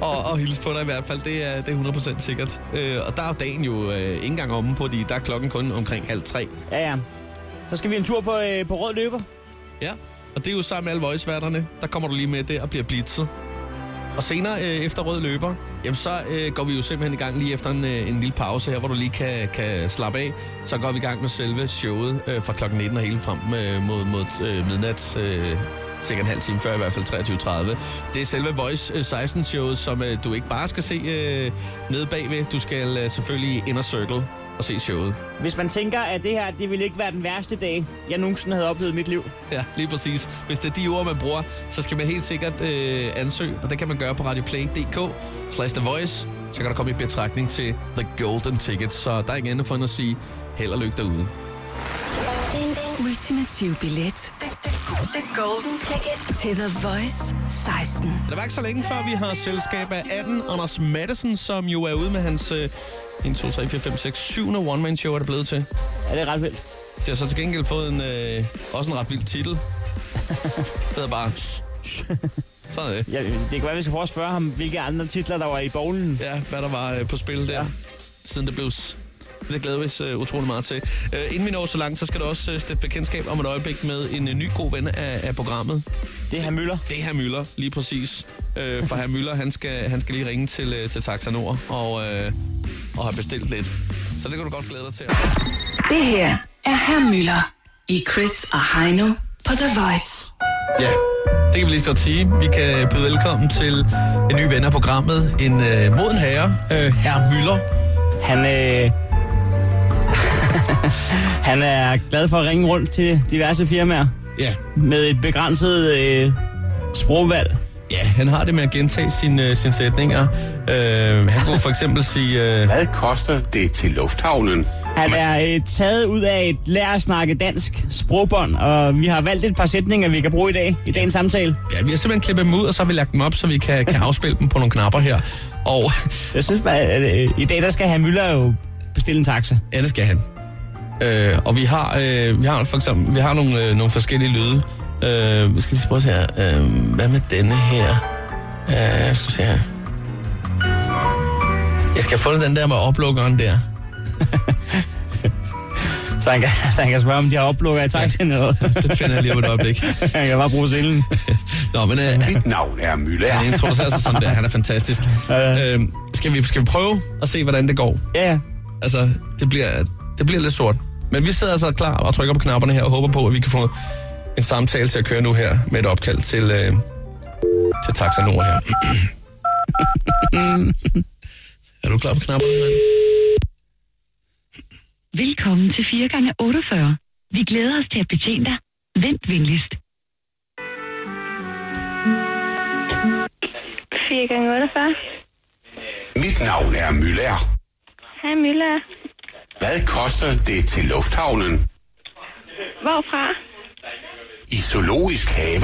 S2: og, og hilse på dig i hvert fald. Det er, det er 100% sikkert. Øh, og der er dagen jo øh, ikke engang omme på, fordi der er klokken kun omkring halv tre.
S3: Ja, ja. Så skal vi en tur på, øh, på rød løber.
S2: Ja, og det er jo sammen med alle voiceværterne. Der kommer du lige med der og bliver blitzet. Og senere øh, efter rød løber, jamen så øh, går vi jo simpelthen i gang lige efter en, øh, en lille pause her, hvor du lige kan, kan slappe af. Så går vi i gang med selve showet øh, fra klokken 19 og hele frem øh, mod, mod øh, midnat. Øh, cirka en halv time før, i hvert fald 23.30. Det er selve Voice øh, 16-showet, som øh, du ikke bare skal se øh, nede bagved. Du skal øh, selvfølgelig i Inner Circle og se showet.
S3: Hvis man tænker, at det her det ville ikke være den værste dag, jeg nogensinde havde oplevet i mit liv.
S2: Ja, lige præcis. Hvis det er de ord, man bruger, så skal man helt sikkert øh, ansøge, og det kan man gøre på radioplay.dk slash The Voice. Så kan der komme i betragtning til The Golden Ticket, så der er ikke andet for end at sige held og lykke derude.
S10: Ultimativ billet. The Golden Ticket til The Voice 16.
S2: Det var ikke så længe før, vi har selskab af 18, Anders Madsen, som jo er ude med hans øh, 1, 2, 3, 4, 5, 6, 7. one-man-show er det blevet til.
S3: Ja, det er ret vildt.
S2: Det har så til gengæld fået en, øh, også en ret vild titel. det hedder bare... Sådan er det.
S3: Ja, øh, det kan være, vi skal prøve at spørge ham, hvilke andre titler, der var i bowlen.
S2: Ja, hvad der var øh, på spil der, ja. siden det blev... s- Det glæder vi os øh, utrolig meget til. Øh, inden vi når så langt, så skal du også øh, stifte bekendtskab om et øjeblik med en øh, ny god ven af, af programmet.
S3: Det er herr Møller.
S2: Det er herr Møller, lige præcis. Øh, for herr Møller, han skal, han skal lige ringe til, øh, til Taxa Nord og, øh, og have bestilt lidt. Så det kan du godt glæde dig til.
S10: Det her er Herr Møller i Chris og Heino på The Voice.
S2: Ja, det kan vi lige så godt sige. Vi kan byde velkommen til en ny ven af programmet, en øh, moden herre, øh, herr Møller.
S3: Han, øh, han er glad for at ringe rundt til diverse firmaer.
S2: Ja.
S3: Med et begrænset øh, sprogvalg.
S2: Ja, han har det med at gentage sin, øh, sine sætninger. Øh, han kunne for eksempel sige... Øh, Hvad koster det til lufthavnen?
S3: Han er øh, taget ud af et lær at snakke dansk sprogbånd, og vi har valgt et par sætninger, vi kan bruge i dag, i dagens samtale.
S2: Ja, vi har simpelthen klippet dem ud, og så har vi lagt dem op, så vi kan, kan afspille dem på nogle knapper her. Og...
S3: Jeg synes bare, at øh, i dag der skal han Møller jo bestille en taxa.
S2: Ja, det skal han. Øh, og vi har, øh, vi har for eksempel vi har nogle, øh, nogle forskellige lyde. Øh, vi skal lige prøve at se her. Øh, hvad med denne her? Øh, jeg skal vi se her. Jeg skal få den der med oplukkeren der.
S3: Så han kan, så han kan spørge, om de har oplukker i taxaen eller noget.
S2: Det finder jeg lige om et øjeblik.
S3: han kan bare bruge selen.
S2: Nå, men... Øh, Mit navn er Møller. Han introducerer sig sådan der. Han er fantastisk. øh, skal, vi, skal vi prøve at se, hvordan det går?
S3: Ja.
S2: Altså, det bliver, det bliver lidt sort. Men vi sidder altså klar og trykker på knapperne her og håber på, at vi kan få en samtale til at køre nu her med et opkald til, øh, til Taxa Nord her. er du klar på knapperne?
S11: Velkommen til 4 gange 48. Vi glæder os til at betjene dig. Vent venligst.
S13: 4 gange 48.
S14: Mit navn er Møller.
S13: Hej Milla.
S14: Hvad koster det til lufthavnen
S13: Hvorfra?
S14: i zoologisk have?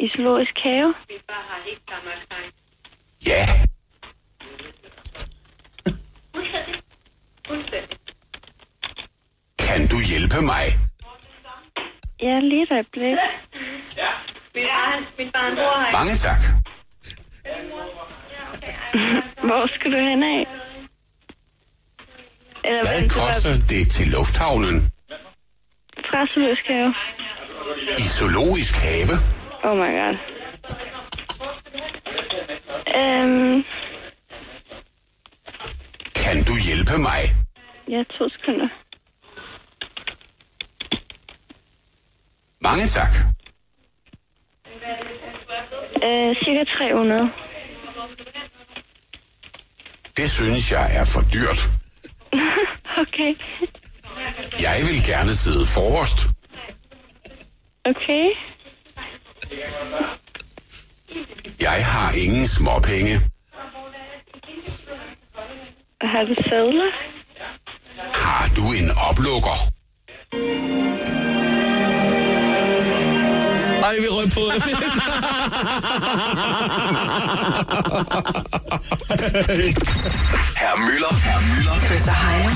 S13: I zoologisk have.
S14: Ja, kan du hjælpe mig?
S13: Ja, lige et øjeblik.
S15: Mit barn, mit barn bor her.
S14: Mange tak.
S13: Hvor skal du hen af? Eller
S14: Hvad koster det til lufthavnen
S13: Fra zoologisk have.
S14: i zoologisk have?
S13: Oh my god. Øhm,
S14: Kan du hjælpe mig?
S13: ja, to sekunder.
S14: Mange tak.
S13: Øh, cirka 300.
S14: Det synes jeg er for dyrt.
S13: okay.
S14: Jeg vil gerne sidde forrest.
S13: Okay.
S14: Jeg har ingen småpenge.
S13: Har du sædler?
S14: Har du en oplukker?
S2: Ej, vi røg på det.
S4: Herr Møller. Herr Møller.
S10: Chris og Heino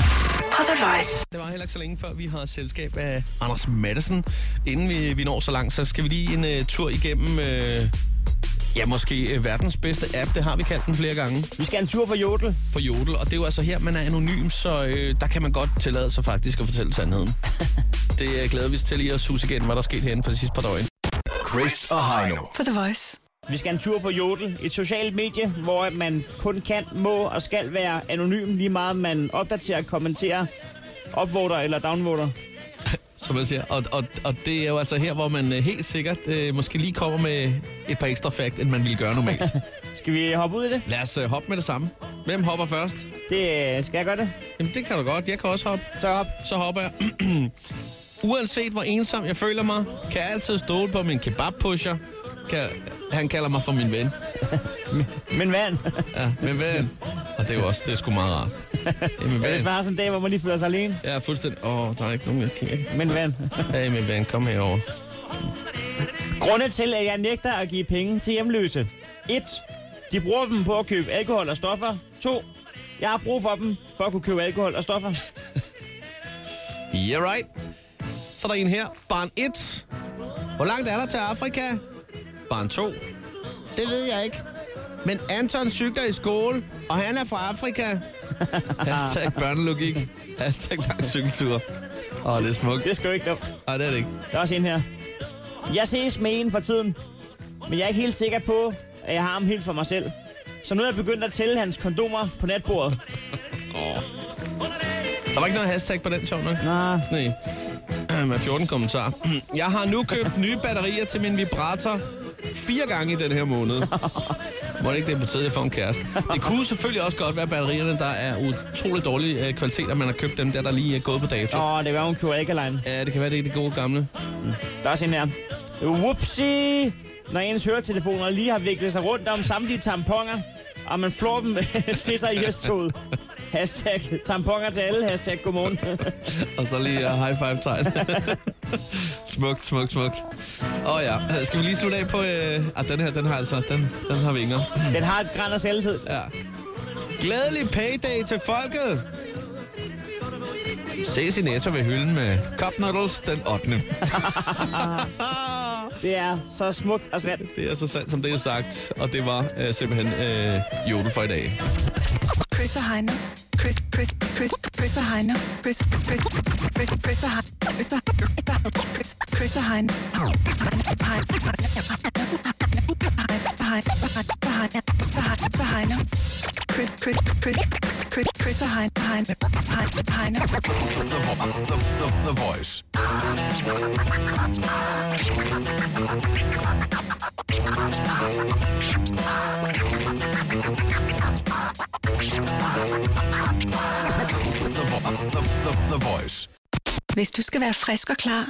S10: på The Voice.
S2: Det var heller ikke så længe før, vi har selskab af Anders Madsen. Inden vi, vi når så langt, så skal vi lige en uh, tur igennem... Uh, Ja, måske øh, verdens bedste app, det har vi kaldt den flere gange.
S3: Vi skal en tur på Jodel.
S2: På Jodel, og det er jo altså her, man er anonym, så øh, der kan man godt tillade sig faktisk at fortælle sandheden. det øh, glæder vi os til lige at suge igen, hvad der er sket herinde for de sidste par døgn.
S4: Chris og Heino.
S3: På The Voice. Vi skal en tur på Jodel, et socialt medie, hvor at man kun kan, må og skal være anonym, lige meget man opdaterer, kommenterer, upvoter eller downvoter.
S2: Som man siger. Og, og, og det er jo altså her, hvor man øh, helt sikkert øh, måske lige kommer med et par ekstra fact, end man ville gøre normalt.
S3: skal vi hoppe ud i det?
S2: Lad os øh, hoppe med det samme. Hvem hopper først?
S3: Det øh, skal jeg gøre det.
S2: Jamen, det kan du godt. Jeg kan også hoppe.
S3: Så hop.
S2: Så hopper jeg. Uanset hvor ensom jeg føler mig, kan jeg altid stole på min kebabpusher. Kan, han kalder mig for min ven.
S3: min ven.
S2: ja, min ven. Og det er jo også, det er sgu meget rart. Ja, min
S3: Men det
S2: ven.
S3: smager sådan en dag, hvor man lige føler sig alene.
S2: Ja, fuldstændig. Åh, oh, der er ikke nogen, jeg kigger.
S3: Min ven.
S2: Hey, min ven, kom herover.
S3: Grunde til, at jeg nægter at give penge til hjemløse. 1. De bruger dem på at købe alkohol og stoffer. 2. Jeg har brug for dem for at kunne købe alkohol og stoffer.
S2: Yeah, right. Så er der en her. Barn 1. Hvor langt er der til Afrika? Barn 2. Det ved jeg ikke. Men Anton cykler i skole, og han er fra Afrika. Hashtag børnelogik. Hashtag lang cykeltur. Åh, oh, det er smukt.
S3: Det er sgu ikke dumt.
S2: Nej, det er det ikke.
S3: Der er også en her. Jeg ses med en for tiden, men jeg er ikke helt sikker på, at jeg har ham helt for mig selv. Så nu er jeg begyndt at tælle hans kondomer på natbordet.
S2: Der var ikke noget hashtag på den, sjov nok.
S3: Nej.
S2: Nej. Øhm, Med 14 kommentarer. Jeg har nu købt nye batterier til min vibrator fire gange i den her måned. Må det ikke det er på tide, jeg får en kæreste. Det kunne selvfølgelig også godt være batterierne, der er utrolig dårlige øh, kvaliteter, man har købt dem der, der lige er gået på dato.
S3: Åh, det kan være, hun køber alkaline.
S2: Ja, det kan være, det er det gode gamle.
S3: Der er også en her. Whoopsie! Når ens høretelefoner lige har viklet sig rundt om samtlige tamponer, og man flår dem til sig i høsttoget. Hashtag tamponer til alle. Hashtag godmorgen.
S2: Og så lige uh, high five tegn. smukt, smukt, smukt. Åh oh, ja, skal vi lige slutte af på... Øh... Ah, den her, den har altså, den, den har vinger.
S3: Den har et græn af selvhed.
S2: Ja. Glædelig payday til folket! Ses i Netto ved hylden med Cup Noodles den 8.
S3: det er så smukt og sandt.
S2: Det er så sandt, som det er sagt, og det var øh, simpelthen øh, jodel for i dag.
S10: Chris og Heino. Chris, Chris, Chris, Chris og Heino. Chris, Chris, Chris, Chris og Heino. Chris, og- Chris, Chris og Heino. Chris, Chris, Chris, Chris, Chris og Heino. Heino, Heino, Heino.
S4: The, the Voice. The, Vo-
S10: Hvis du skal være frisk og klar,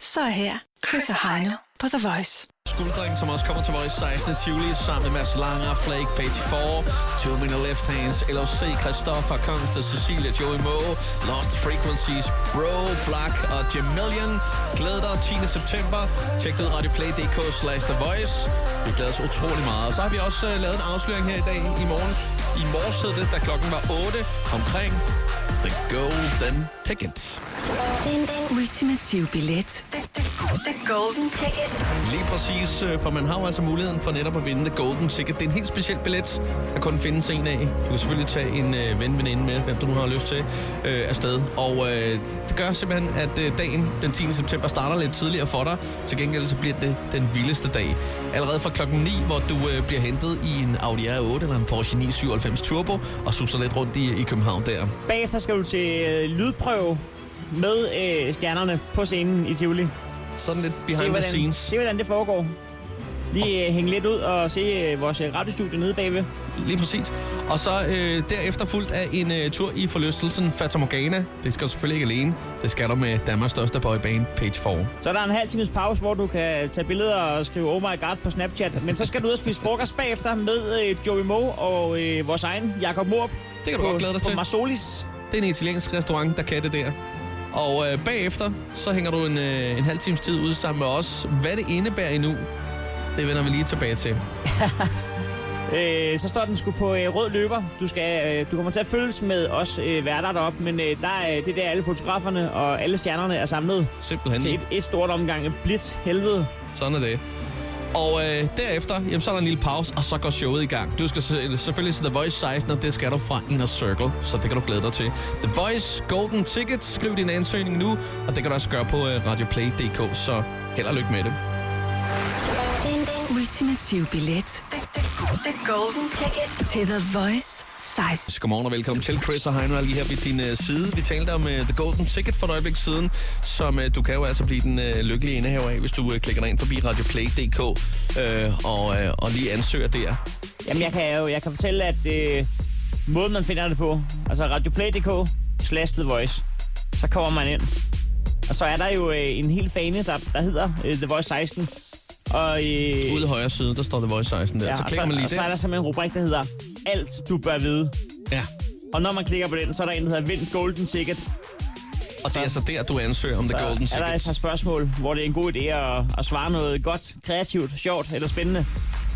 S10: så er her Chris og Heino på The Voice.
S2: Skulddreng, som også kommer til Voice 16. i Tivoli, sammen med Mads Langer, Flake, Page 4, Two Minute Left Hands, LOC, Christoffer, Kongster, Cecilia, Joey Moe, Lost Frequencies, Bro, Black og Jamilian. Glæder dig 10. september. Tjek det ud radioplay.dk slash The Voice. Vi glæder os utrolig meget. Og så har vi også øh, lavet en afsløring her i dag i morgen. I morges hed det, da klokken var 8, omkring The Golden Tickets.
S10: Den ultimative billet. The, the, the golden ticket.
S2: Lige præcis, øh, for man har jo altså muligheden for netop at vinde The Golden Ticket. Det er en helt speciel billet, der kun findes en af. Du kan selvfølgelig tage en øh, ven, veninde med, hvem du nu har lyst til, øh, afsted. Og øh, det gør simpelthen, at øh, dagen den 10. september starter lidt tidligere for dig. Til gengæld så bliver det den vildeste dag. Allerede fra klokken 9, hvor du øh, bliver hentet i en Audi R8 eller en Porsche 997 Turbo og suser lidt rundt i, i København der.
S3: Bagefter skal du til øh, lydprøve med øh, stjernerne på scenen i Tivoli.
S2: Sådan lidt
S3: Se,
S2: behind the
S3: hvordan,
S2: scenes.
S3: Se, hvordan det foregår. Lige øh, hænge lidt ud og se øh, vores øh, radiostudie nede bagved.
S2: Lige præcis. Og så øh, derefter fuldt af en øh, tur i forlystelsen Fata Morgana. Det skal du selvfølgelig ikke alene. Det skal du med Danmarks største boyband, Page 4.
S3: Så er der en halv times pause, hvor du kan tage billeder og skrive oh my god på Snapchat. Men så skal du ud og spise frokost bagefter med øh, Joey Moe og øh, vores egen Jakob Morp.
S2: Det kan du
S3: på,
S2: godt glæde dig
S3: på
S2: til.
S3: Marsolis.
S2: Det er en italiensk restaurant, der kan det der. Og øh, bagefter, så hænger du en, øh, en halv times tid ude sammen med os. Hvad det indebærer endnu, det vender vi lige tilbage til.
S3: Øh, så står den sgu på øh, rød løber. Du, skal, øh, du kommer til at følges med os øh, værter deroppe, men øh, der er, øh, det er der alle fotograferne og alle stjernerne er samlet.
S2: Simpelthen.
S3: Til et, et stort omgang. Blitz, helvede.
S2: Sådan er det. Og øh, derefter, jamen, så er der en lille pause, og så går showet i gang. Du skal se- selvfølgelig se The Voice 16, og det skal du fra Inner Circle, så det kan du glæde dig til. The Voice Golden Ticket, skriv din ansøgning nu, og det kan du også gøre på øh, radioplay.dk, så held og lykke med det.
S10: Den ultimative billet. The, the, the golden ticket. Til The Voice 16.
S2: Så Godmorgen og velkommen til Chris og Heino er lige her ved din øh, side. Vi talte om øh, The Golden Ticket for et øjeblik siden, som øh, du kan jo altså blive den øh, lykkelige indehaver af, hvis du øh, klikker dig ind forbi radioplay.dk øh, og, øh, og lige ansøger der.
S3: Jamen, jeg kan jo jeg kan fortælle, at øh, måden, man finder det på, altså radioplay.dk slash The Voice, så kommer man ind. Og så er der jo øh, en hel fane, der, der hedder øh, The Voice 16. Og, øh,
S2: Ude i højre side, der står The Voice 16 der. Ja, så
S3: og
S2: klikker man lige
S3: og så er
S2: der.
S3: der simpelthen en rubrik, der hedder Alt, du bør vide.
S2: Ja.
S3: Og når man klikker på den, så er der en, der hedder Vind Golden Ticket.
S2: Og det er altså der, du ansøger om The Golden Ticket.
S3: er der altså- et par spørgsmål, hvor det er en god idé at, at svare noget godt, kreativt, sjovt eller spændende.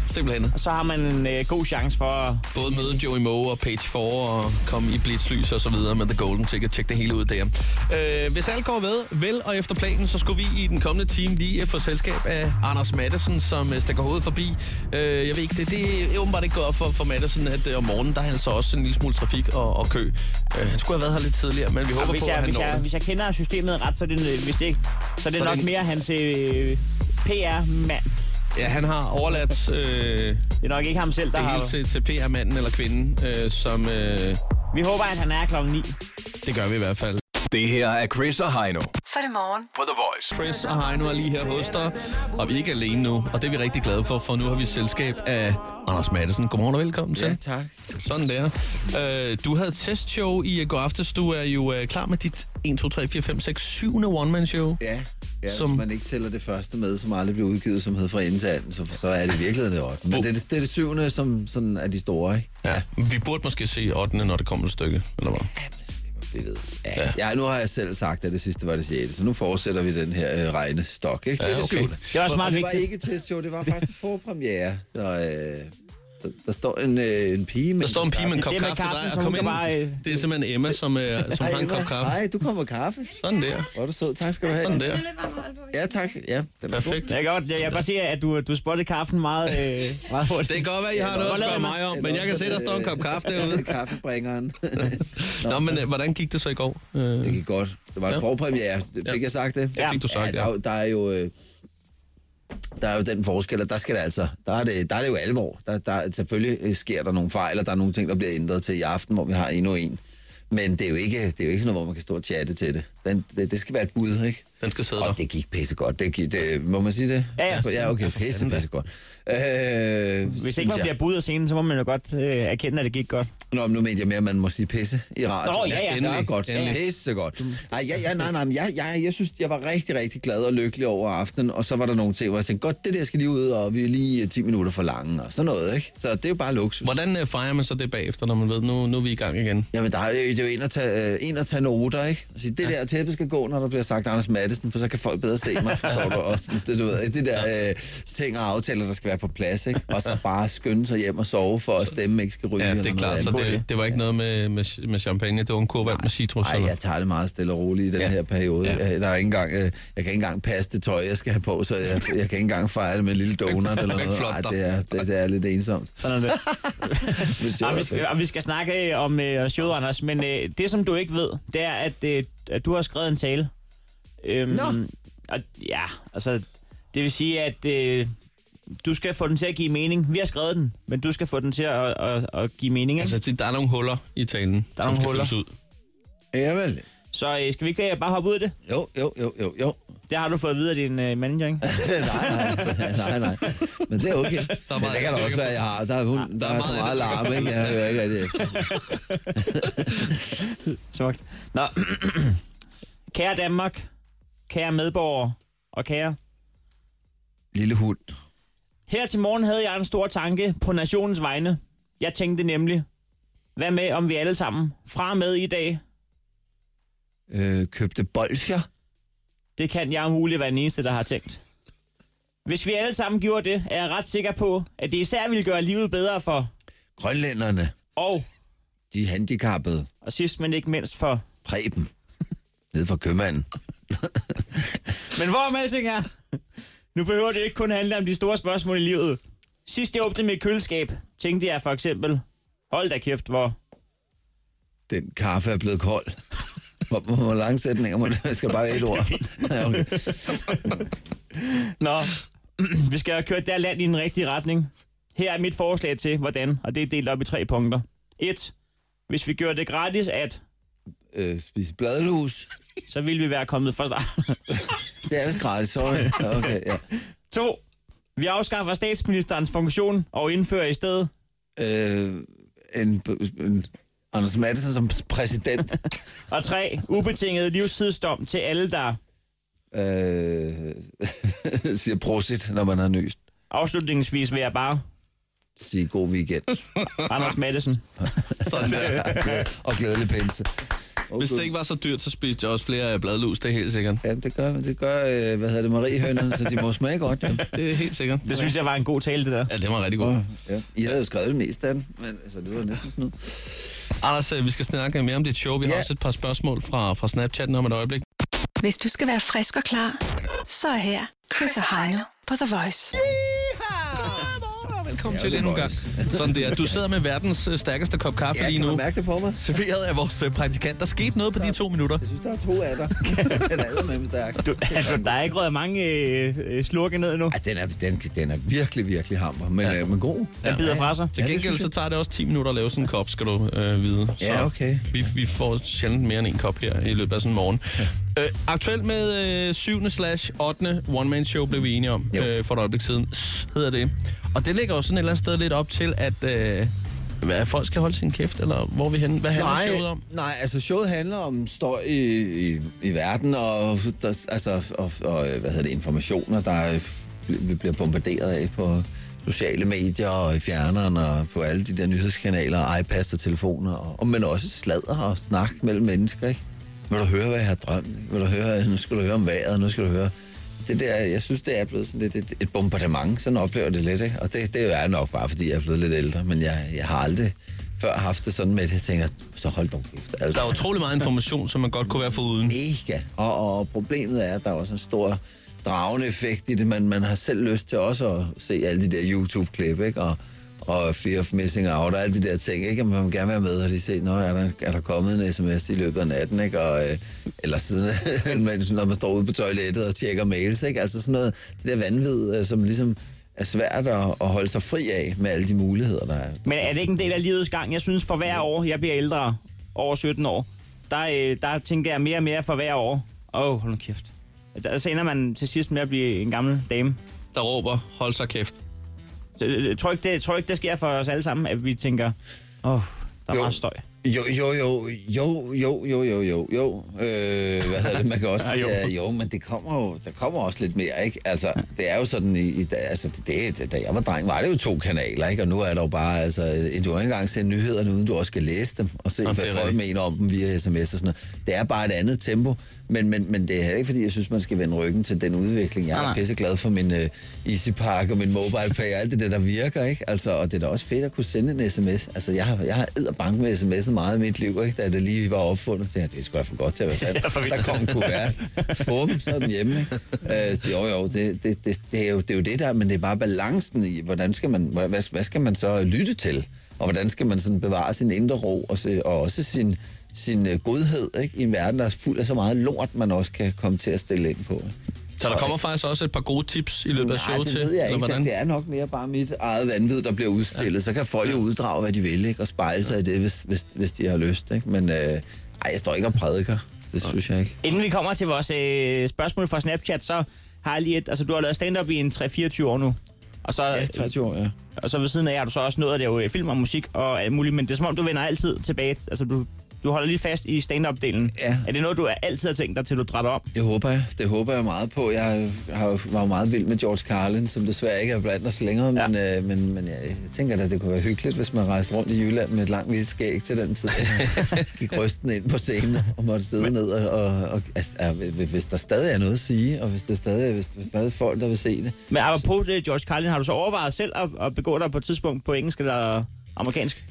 S2: Simpelthen.
S3: Og så har man en øh, god chance for at...
S2: Både møde Joey Moe og Page 4 og komme i blitzlys og så videre med The Golden Ticket. Tjek det hele ud der. Øh, hvis alt går ved, vel og efter planen, så skulle vi i den kommende time lige øh, få selskab af Anders Madsen, som øh, stikker hovedet forbi. Øh, jeg ved ikke, det, det er åbenbart ikke godt op for, for Madsen, at øh, om morgenen, der er han så også en lille smule trafik og, og kø. Øh, han skulle have været her lidt tidligere, men vi håber
S3: Og hvis,
S2: på, at
S3: jeg,
S2: han
S3: hvis,
S2: når
S3: jeg,
S2: det.
S3: hvis jeg kender systemet ret, så er det, øh, hvis det ikke, så er
S2: Så
S3: det
S2: er
S3: så nok
S2: det en-
S3: det... mere hans øh, PR-mand.
S2: Ja, han har overladt... Øh, det
S3: er nok ikke ham selv, der
S2: det
S3: har-
S2: hele til, til PR-manden eller kvinden, øh, som... Øh,
S3: Vi håber, at han er klokken 9.
S2: det gør vi i hvert fald.
S4: Det her er Chris og Heino.
S10: Så er det morgen.
S4: På The Voice.
S2: Chris og Heino er lige her hos dig, og vi er ikke alene nu, og det er vi rigtig glade for, for nu har vi selskab af Anders Madsen. Godmorgen og velkommen til.
S16: Ja, tak.
S2: Sådan der. Øh, du havde testshow i øh, går aftes. Du er jo øh, klar med dit 1, 2, 3, 4, 5, 6, 7. one-man-show.
S16: Ja, ja som...
S2: Som-
S16: hvis man ikke tæller det første med, som aldrig blev udgivet, som hed fra ende til anden, så, så er det i virkeligheden det 8. Men
S2: Oh.
S16: det, er det, det er det syvende, som sådan er de store, ikke?
S2: Ja, vi burde måske se 8. når det kommer et stykke, eller hvad?
S16: Det ved ja. ja. ja, nu har jeg selv sagt, at det sidste var det sjette, så nu fortsætter vi den her øh, regne stok, ikke? Det er
S2: Ja,
S16: det
S2: okay.
S16: syvende.
S2: Det er også
S16: Og
S2: meget
S16: det var
S2: vigtigt.
S16: ikke et testshow, det var faktisk en forpremiere, så... Øh, der, der står en, øh, en pige med
S2: Der står en pige med en kop kaffe til dig, og kom ind. Det er simpelthen Emma, som, øh, som har en kop kaffe.
S16: øh, Nej, du kommer kaffe.
S2: Sådan der.
S16: Hvor er du sød. Tak skal du have.
S2: Sådan der.
S16: Ja, tak. Ja, den er
S2: Perfekt.
S3: Jeg kan godt, jeg, jeg kan godt se, at du, du spottede kaffen meget, øh, meget hurtigt.
S2: Det kan godt være, I har noget at spørge mig om, men jeg kan se, der står en kop kaffe derude.
S16: øh, Kaffebringeren.
S2: Nå, men øh, hvordan gik det så i går? Øh,
S16: Det gik godt. Det var en
S2: Ja.
S16: forpremiere. Det- Fik jeg sagt det?
S2: Det fik du sagt,
S16: der,
S2: ja.
S16: er jo- der er jo... øh, Der er jo den forskel, at der skal det altså, der er det, der er det jo alvor. Der, der, selvfølgelig øh, sker der nogle fejl, og der er nogle ting, der bliver ændret til i aften, hvor vi har endnu en.
S12: Men det er, jo ikke, det er jo ikke sådan noget, hvor man kan stå og chatte til det. Den, det, det skal være et bud, ikke?
S2: Den skal sidde
S12: og det gik pisse godt. Det, gik, det, må man sige det?
S3: Ja, ja.
S12: ja okay, pisse, pisse godt. Øh,
S3: Hvis ikke man bliver budet af scenen, så må man jo godt øh, erkende, at det gik godt.
S12: Nå, men nu mente jeg mere, at man må sige pisse i radio.
S3: Nå, ja, ja.
S12: Det er
S3: Endelig,
S12: godt.
S3: endelig.
S12: Pisse godt. Nej, ja, ja, nej, nej, men jeg, jeg, jeg synes, jeg var rigtig, rigtig glad og lykkelig over aftenen, og så var der nogle ting, hvor jeg tænkte, godt, det der skal lige ud, og vi er lige øh, 10 minutter for lange, og sådan noget, ikke? Så det er jo bare luksus.
S2: Hvordan øh, fejrer man så det bagefter, når man ved, nu, nu er vi i gang igen?
S12: Jamen, der er jo, det er jo en at tage, øh, en at tage noter, ikke? Og sige, det der tæppe skal gå, når der bliver sagt Anders Madsen, for så kan folk bedre se mig, forstår du også? Det, du ved, ikke? det der øh, ting og aftaler, der skal være på plads, ikke? Og så bare skynde sig hjem og sove, for at stemmen ikke skal ryge.
S2: Ja,
S12: eller
S2: det er
S12: noget
S2: klart. Så
S12: andet.
S2: det, det var ikke noget med, med, med champagne, det var en kurvand med citrus?
S12: Nej, jeg tager det meget stille og roligt i den her periode. Ja. Der er ikke engang, øh, jeg kan ikke engang passe det tøj, jeg skal have på, så jeg, jeg kan ikke engang fejre det med en lille donut eller
S3: Væk
S12: noget.
S3: flot
S12: Ej,
S3: dig.
S12: det er, det, det er lidt ensomt.
S3: Sådan er det. og, vi skal, og vi skal snakke øh, om øh, showet, Anders, men øh, det, som du ikke ved, det er, at, øh, at du har skrevet en tale. Øhm,
S12: Nå.
S3: Og, ja, altså, det vil sige, at øh, du skal få den til at give mening. Vi har skrevet den, men du skal få den til at, at, at give mening. Ikke?
S2: Altså, der er nogle huller i talen,
S3: der
S2: som
S3: er nogle
S2: skal
S3: huller.
S2: fyldes ud.
S12: Jamen.
S3: Så øh, skal vi ikke øh, bare hoppe ud af det?
S12: Jo, jo, jo, jo, jo.
S3: Det har du fået videre af din øh, manager, ikke?
S12: nej, nej. Men det er okay. Der Men det kan da også være, jeg har. Der er, hund, der, der er så meget larm, ikke? Jeg hører ikke rigtig efter.
S3: Smukt. Nå. kære Danmark, kære medborgere og kære...
S12: Lille hund.
S3: Her til morgen havde jeg en stor tanke på nationens vegne. Jeg tænkte nemlig, hvad med om vi alle sammen fra og med i dag,
S12: Øh, købte bolsjer.
S3: det kan jeg umuligt være den eneste, der har tænkt. Hvis vi alle sammen gjorde det, er jeg ret sikker på, at det især ville gøre livet bedre for...
S12: Grønlænderne.
S3: Og...
S12: De handicappede.
S3: Og sidst, men ikke mindst for...
S12: Preben. Nede fra købmanden.
S3: Men hvorom alting er, nu behøver det ikke kun handle om de store spørgsmål i livet. Sidst jeg åbnede mit køleskab, tænkte jeg for eksempel, hold da kæft, hvor...
S12: Den kaffe er blevet kold. Hvor, hvor hvor lange sætninger må det? Jeg skal bare være et ord. Ja, okay.
S3: Nå, vi skal have kørt der land i den rigtige retning. Her er mit forslag til, hvordan, og det er delt op i tre punkter. 1. Hvis vi gjorde det gratis at...
S12: Øh, spise bladlus.
S3: Så ville vi være kommet fra start.
S12: det er vist gratis, sorry. Ja, okay, ja.
S3: 2. Vi afskaffer statsministerens funktion og indfører i stedet...
S12: Øh, en, en, Anders Madsen som præsident.
S3: og 3. Ubetinget livstidsdom til alle, der...
S12: Øh, siger prosit, når man har nøst.
S3: Afslutningsvis vil jeg bare...
S12: Sige god weekend.
S3: Anders Madsen.
S2: Sådan der.
S12: og glædelig pinse.
S2: Hvis det ikke var så dyrt, så spiste jeg også flere øh, bladlus, det er helt sikkert.
S12: Ja, det gør, det gør øh, hvad hedder det, Mariehønerne, så de må smage godt. Jo.
S2: Det er helt sikkert.
S3: Det synes jeg var en god tale, det der.
S2: Ja, det var rigtig godt.
S12: Ja. I havde jo skrevet det meste af den, men altså, det var næsten sådan noget.
S2: Anders, øh, vi skal snakke mere om dit show. Vi har også et par spørgsmål fra, fra Snapchatten om et øjeblik.
S7: Hvis du skal være frisk og klar, så er her Chris og Heino på The Voice.
S2: Velkommen til endnu en gang. Sådan der. Du sidder med verdens øh, stærkeste kop kaffe
S12: Ja,
S2: lige
S12: kan
S2: nu.
S12: man mærke det på mig?
S2: Serveret af vores øh, praktikant. Der skete noget på de to minutter.
S12: Jeg synes, der er to af dig. den er allermest stærk.
S3: Du, altså, der er ikke røget mange øh, øh, slurke ned nu.
S12: Den er, den, den er virkelig, virkelig hammer, men, ja. øh, men god.
S3: Den bider fra sig.
S2: Til
S12: Ja, det
S2: gengæld
S12: synes
S2: så
S12: jeg.
S2: tager det også 10 minutter at lave sådan en kop, skal du øh, vide. Så
S12: Ja, okay.
S2: Vi, vi får sjældent mere end en kop her i løbet af sådan en morgen. Ja. Øh, aktuelt med øh, 7. slash 8. one-man-show blev vi enige om øh, for et øjeblik siden. S hedder det. Og det ligger jo sådan et eller andet sted lidt op til, at øh, hvad, folk skal holde sin kæft, eller hvor er vi henne? Hvad handler showet om?
S12: Nej, altså showet handler om støj i, i, i verden, og, der, altså, og, og hvad hedder det, informationer, der øh, vi bliver bombarderet af på sociale medier og i fjerneren og på alle de der nyhedskanaler, iPads og telefoner, og, og- men også sladder og snak mellem mennesker, ikke? Vil du høre, hvad jeg har drømt? ikke? Vil du høre, nu skal du høre om vejret, nu skal du høre... Det der, jeg synes, det er blevet sådan lidt et, et bombardement, sådan oplever jeg det lidt, ikke? Og det, det er nok bare, fordi jeg er blevet lidt ældre, men jeg, jeg har aldrig før haft det sådan med, at jeg tænker, så hold dog kæft. altså."
S2: Der er utrolig meget information, som man godt kunne være foruden.
S12: Mega. Og, og problemet er, at der er også en stor dragende effekt i det. Man, man har selv lyst til også at se alle de der YouTube-klip, ikke? Og, og Fear of Missing Out og alle de der ting, ikke? Og Man vil gerne være med, og de se, når er der, er der kommet en sms i løbet af natten, ikke? Og, øh, eller siden, mens- når man står ude på toilettet og tjekker mails, ikke? Altså sådan noget, det der vanvid, øh, som ligesom er svært at, at holde sig fri af med alle de muligheder, der er.
S3: Men er det ikke en del af livets gang? Jeg synes, for hver år, jeg bliver ældre, over 17 år, der, øh, der tænker jeg mere og mere for hver år. Åh, oh, hold nu kæft. Der, så ender man til sidst med at blive en gammel dame.
S2: Der råber, hold så kæft.
S3: Jeg tror ikke, det, tror ikke, det sker for os alle sammen, at vi tænker, åh, oh, der er jo. meget støj.
S16: Jo, jo, jo, jo, jo, jo, jo, jo, jo. Øh, hvad hedder det, man kan også... ja, jo. Ja, jo, men det kommer jo, der kommer også lidt mere, ikke? Altså, det er jo sådan, i, i, altså, det, det, da jeg var dreng, var det jo to kanaler, ikke? Og nu er der jo bare, altså, du har ikke engang set nyhederne, uden du også skal læse dem, og se,
S2: Jamen,
S16: Jamen,
S2: det er
S16: hvad folk
S2: rigtigt.
S16: mener om dem via sms og sådan noget. Det er bare et andet tempo, men, men, men det er heller ikke, fordi jeg synes, man skal vende ryggen til den udvikling. Jeg er
S3: Nej.
S16: pisseglad for min øh, Easypark og min MobilePay og alt det der, der virker, ikke? Altså, og det er da også fedt at kunne sende en sms. Altså, jeg har, jeg har edderbank med sms'en meget i mit liv, ikke? Da det lige var opfundet, det, her, det er sgu da for godt til at være
S3: for
S16: sandt.
S3: vildt.
S16: Der kom en kuvert. Bum, så er den hjemme, ikke? Øh, jo, jo, det, det, det, det, er jo, det er jo det der, men det er bare balancen i, hvordan skal man, hvad, hvad- hvad skal man så lytte til? Og hvordan skal man sådan bevare sin indre ro og, se, og også sin, sin øh, godhed ikke? i en verden, der er fuld af så meget lort, man også kan komme til at stille ind på. Ikke?
S2: Så der kommer faktisk også et par gode tips i løbet af
S16: Nej,
S2: showet
S16: det
S2: til.
S16: ved jeg
S2: eller
S16: ikke.
S2: hvordan?
S16: Det er nok mere bare mit eget vanvid, der bliver udstillet. Ja. Så kan folk jo uddrage, hvad de vil, ikke? og spejle sig i det, hvis, hvis, hvis de har lyst. Ikke? Men øh, ej, jeg står ikke og prædiker. Det synes jeg ikke.
S3: Inden vi kommer til vores øh, spørgsmål fra Snapchat, så har jeg lige et... Altså, du har lavet stand-up i en 3-24 år nu. Og så, ja,
S16: 23 år, ja.
S3: Og så ved siden af har du så også nået at lave øh, film og musik og alt muligt, men det er som om, du vender altid tilbage. Altså, du, du holder lige fast i stand-up-delen. Ja. Er det noget, du altid har tænkt dig, til du drætter om?
S16: Det håber jeg. Det håber jeg meget på. Jeg har, var jo meget vild med George Carlin, som desværre ikke er blandt os længere, ja. men, øh, men, men jeg, jeg tænker da, det kunne være hyggeligt, hvis man rejste rundt i Jylland med et langt hvidt skæg til den tid. Gik rysten ind på scenen og måtte sidde men... ned. Og, og, og altså, er- hvis der stadig er noget at sige, og hvis der stadig, hvis, hvis der stadig er folk, der vil se det,
S3: Men apropos det, George Carlin, har du så overvejet selv at, at begå dig på et tidspunkt på engelsk eller amerikansk?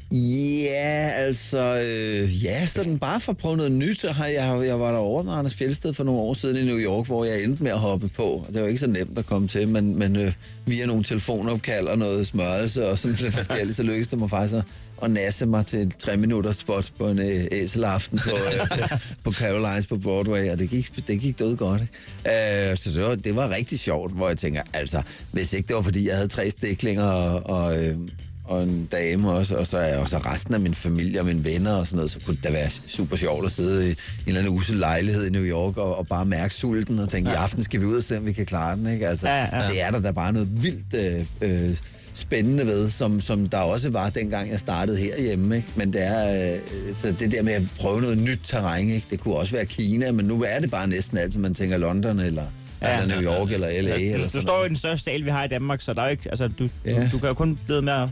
S16: Ja, altså, øh, ja, sådan bare for at prøve noget nyt. så Har jeg, jeg var der over med Anders Fjeldsted for nogle år siden i New York, hvor jeg endte med at hoppe på. Det var ikke så nemt at komme til, men, men øh, via nogle telefonopkald og noget smørelse og sådan lidt forskelligt, så lykkedes det mig faktisk at, at nasse mig til et tre minutter spot på en øh, æselaften på, øh, på, på Carolines på Broadway, og det gik, det gik død godt. ikke? Øh, så det var, det var rigtig sjovt, hvor jeg tænker, altså, hvis ikke det var, fordi jeg havde tre stiklinger og... og øh, og en dame også, og så, er- og så resten af min familie og mine venner og sådan noget, så kunne det da være super sjovt at sidde i en eller anden usel lejlighed i New York og, og bare mærke sulten og tænke, ja. i aften skal vi ud og se, om vi kan klare den, ikke? Altså, ja, ja. det er der da bare noget vildt øh, øh, spændende ved, som, som der også var, dengang jeg startede herhjemme, ikke? Men det er, øh, så det der med at prøve noget nyt terræn, ikke? Det kunne også være Kina, men nu er det bare næsten altid, man tænker London eller, ja. eller New York eller LA eller
S3: Ja,
S16: sådan
S3: du, du står jo i den største sal, vi har i Danmark, så der er jo ikke, altså, du, ja.
S16: Ja.
S3: du, du, kan jo kun blive med at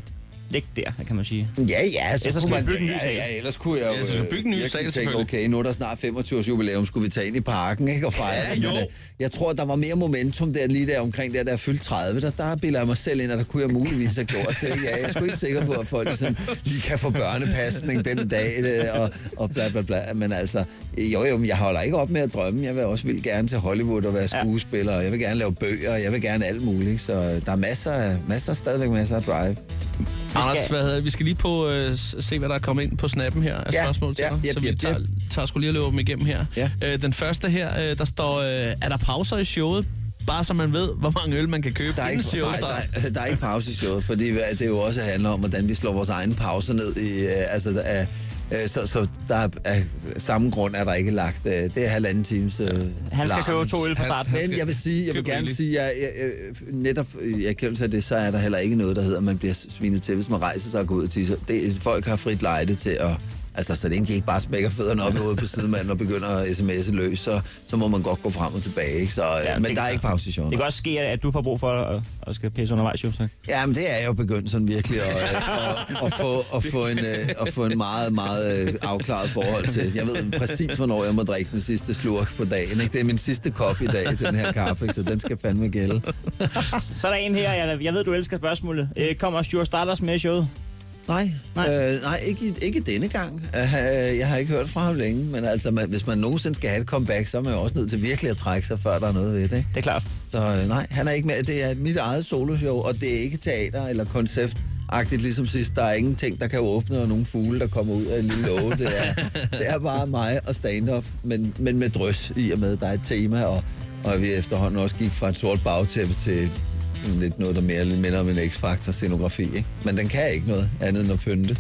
S3: ligge der, kan man sige.
S16: Ja, ja, så
S3: Ellers
S16: kunne
S3: skal
S16: man
S3: vi bygge en ny
S16: ja,
S3: sal.
S16: ja, ellers kunne jeg jo
S3: Ja, så vi
S16: øh,
S3: bygge en ny
S16: virkelig
S3: sal,
S16: tænke,
S3: selvfølgelig.
S16: okay, nu er der snart 25-års jubilæum, skulle vi tage ind i parken, ikke, og fejre det? Men, øh, Jeg tror, der var mere momentum der lige der omkring der, der er fyldt 30, der, der bilder jeg mig selv ind, og der kunne jeg muligvis have gjort det. Ja, jeg er sgu ikke sikker på, at folk sådan, lige kan få børnepasning den dag, øh, og, og bla bla bla, men altså, øh, jo jo, men jeg holder ikke op med at drømme, jeg vil også vil gerne til Hollywood og være skuespiller, og jeg vil gerne lave bøger, og jeg vil gerne alt muligt, så øh, der er masser, af- masser stadigvæk masser af drive.
S2: Anders, hvad hedder det? vi skal lige på øh, s- se, hvad der er kommet ind på snappen her af
S16: Ja,
S2: spørgsmål til
S16: ja,
S2: dig.
S16: jep,
S2: så vi
S16: jep,
S2: tager,
S16: jep.
S2: tager sgu lige at løbe dem igennem her.
S16: Ja.
S2: Øh, den første her, øh, der står, øh, er der pauser i showet? Bare så man ved, hvor mange øl man kan købe.
S16: Der er, ikke, nej, der, er- der er ikke pause i showet, fordi hvad- det jo også handler om, hvordan vi slår vores egen pause ned i... Øh, altså, der er, øh, så, så der er, af samme grund er der ikke lagt... Øh, det er halvanden times... Øh,
S3: Han skal
S16: larm.
S3: købe to øl fra
S16: Han-
S3: starten. Han
S16: Men
S3: skal
S16: jeg vil sige, jeg vil
S3: købe
S16: gerne
S3: rigeligt.
S16: sige, at jeg, jeg, jeg, netop i erkendelse af det, så er der heller ikke noget, der hedder, at man bliver svinet til, hvis man rejser sig og går ud og tisser. Det, folk har frit lejde til at... Altså, så længe de ikke bare smækker fødderne op i hovedet på sidemanden og begynder at sms'e løs, så, så må man godt gå frem og tilbage, ikke? Så, ja, men
S3: det-
S16: der er ikke pause i showet.
S3: Det kan også ske, at du får brug for at, at skal pisse undervejs, jo. Så.
S16: Jamen, det er jeg jo begyndt sådan virkelig at, øh, at, at, få, at, få, en, øh, at få en meget, meget øh, afklaret forhold til. Jeg ved præcis, hvornår jeg må drikke den sidste slurk på dagen. Ikke? Det er min sidste kop i dag, den her kaffe, ikke? så den skal fandme gælde.
S3: så er der en her, jeg, jeg ved, du elsker spørgsmålet. Øh, kommer Stuart Stardust med i showet?
S16: Nej, nej. Øh, nej ikke, ikke denne gang. Øh, jeg har ikke hørt fra ham længe, men altså, man, hvis man nogensinde skal have et comeback, så er man jo også nødt til virkelig at trække sig, før der er noget ved det. Ikke?
S3: Det er klart.
S16: Så øh, nej, han er ikke med. Det er mit eget soloshow, og det er ikke teater eller koncept. Agtigt ligesom sidst, der er ingenting, der kan åbne, og nogle fugle, der kommer ud af en lille låge. Det er, det er bare mig og stand-up, men, men med drøs i og med, at der er et tema, og, og vi efterhånden også gik fra et sort bagtæppe til Sådan Lidt noget, der mere lidt minder om en X-Factor scenografi, ikke? Men den kan ikke noget andet end at pynte.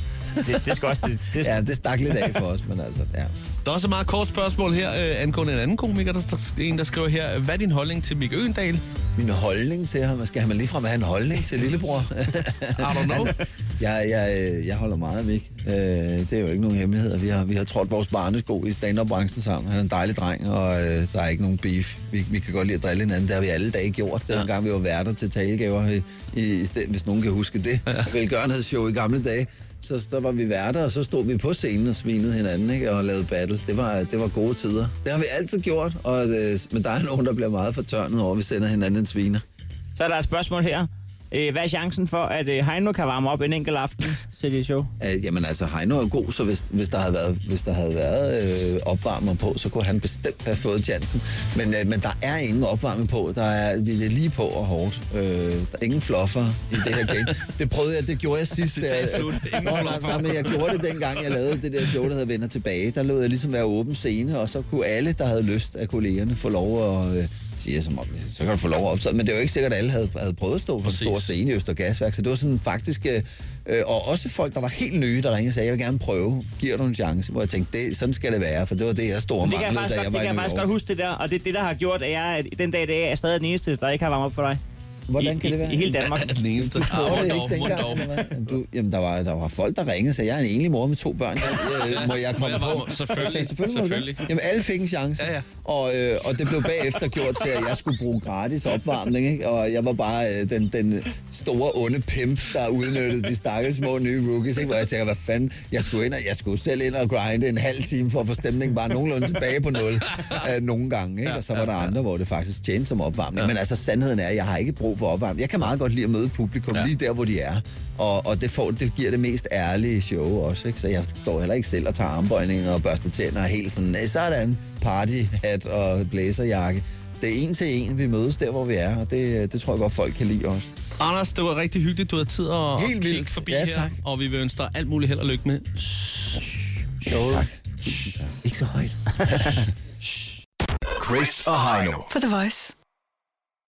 S3: Det, det skal også... Det, det
S16: ja, det stak lidt af for os, men altså, ja.
S2: Der er også et meget kort spørgsmål her øh, angående en anden komiker. Der er en, der skriver her, hvad er din holdning til Mik Øgendal?
S16: Min holdning til ham? Skal man ligefrem have en holdning til lillebror?
S2: I don't know.
S16: Jeg, jeg, øh, jeg holder meget af Mik. Øh, det er jo ikke nogen hemmeligheder. Vi har, vi har trådt vores barnesko i stand-up-branchen sammen. Han er en dejlig dreng, og øh, der er ikke nogen beef. Vi, vi kan godt lide at drille hinanden. Det har vi alle dage gjort. Det var ja. en gang, vi var værter til talegaver, i, i, stedet- hvis nogen kan huske det. Ja. Velgørenhedsshow i gamle dage. Så, så var vi værter, og så stod vi på scenen og svinede hinanden ikke? og lavede battles. Det var, det var gode tider. Det har vi altid gjort, og, øh, men der er nogen, der bliver meget fortørnet over, at vi sender hinanden en sviner.
S3: Så er der et spørgsmål her. Øh, hvad er chancen for, at øh, Heino kan varme op en enkelt aften til det show?
S16: Øh, jamen altså, Heino er god, så hvis, hvis der havde været, hvis der havde været øh, opvarmer på, så kunne han bestemt have fået chancen. Men, øh, men der er ingen opvarmning på. Der er, vi er lige på og hårdt. Øh, der er ingen fluffer i det her game. Det prøvede jeg, det gjorde jeg sidst.
S2: Citat
S16: øh,
S2: slut. Ingen
S16: Nå, nej,
S2: fluffer.
S16: nej, men jeg gjorde det dengang, jeg lavede det der show, der hedder Vender tilbage. Der lod jeg ligesom være åben scene, og så kunne alle, der havde lyst af kollegerne, få lov at... Øh, siger som om, så kan du få lov at optræde. Men det var jo ikke sikkert, at alle havde, havde prøvet at stå på en stor scene i Østergasværk, så det var sådan faktisk... øh, Øh, og også folk, der var helt nye, der ringede og sagde, jeg vil gerne prøve, giver du en chance? Hvor jeg tænkte, det, sådan skal det være, for det var det, jeg stod og
S3: Det kan jeg
S16: manglede,
S3: faktisk,
S16: da
S3: godt,
S16: jeg
S3: det
S16: var
S3: kan jeg
S16: i
S3: faktisk
S16: New
S3: godt
S16: York.
S3: huske det der, og det er det, der har gjort, at jeg at den dag i dag er stadig den eneste, der ikke har varmet op for dig.
S16: Hvordan
S3: I,
S16: kan det være?
S3: I, i hele Danmark.
S2: den eneste.
S16: Du gjorde det ikke dengang, eller hvad? du, jamen, der var, der var folk, der ringede og sagde, jeg er en enlig mor med to børn. Øh, må jeg
S2: Må
S16: komme
S2: jeg varme
S16: på?
S2: op? Selvfølgelig.
S16: Jeg sagde, selvfølgelig. må du
S2: Selvfølgelig.
S16: det." Jamen, alle fik en chance. Ja, ja. Og, øh, og det blev bagefter gjort til, at jeg skulle bruge gratis opvarmning. Ikke? Og jeg var bare øh, den, den store, onde pimp, der udnyttede de stakkels små nye rookies. Ikke? Hvor jeg tænker, hvad fanden, jeg skulle, ind og, jeg skulle selv ind og grinde en halv time for at få stemningen bare nogenlunde tilbage på nul øh, nogle gange. Ikke? Og så var der andre, hvor det faktisk tjente som opvarmning. Men altså, sandheden er, at jeg har ikke brug for opvarmning. Jeg kan meget godt lide at møde publikum ja. lige der, hvor de er. Og, og det, får, det giver det mest ærlige show også, ikke? Så jeg står heller ikke selv og tager armbøjninger og børster tænder og helt sådan, "Nej, sådan, partyhat og blæserjakke. Det er en til en, vi mødes der, hvor vi er, og det, det tror jeg godt, folk kan lide også.
S2: Anders, det var rigtig hyggeligt, du havde tid at
S16: Helt
S2: at
S16: vildt.
S2: kigge forbi
S16: Ja,
S2: her.
S16: tak.
S2: Og vi vil ønske dig alt muligt held og lykke med.
S16: Showet. Tak. Ikke så højt.
S4: Chris og Heino.
S10: På The Voice.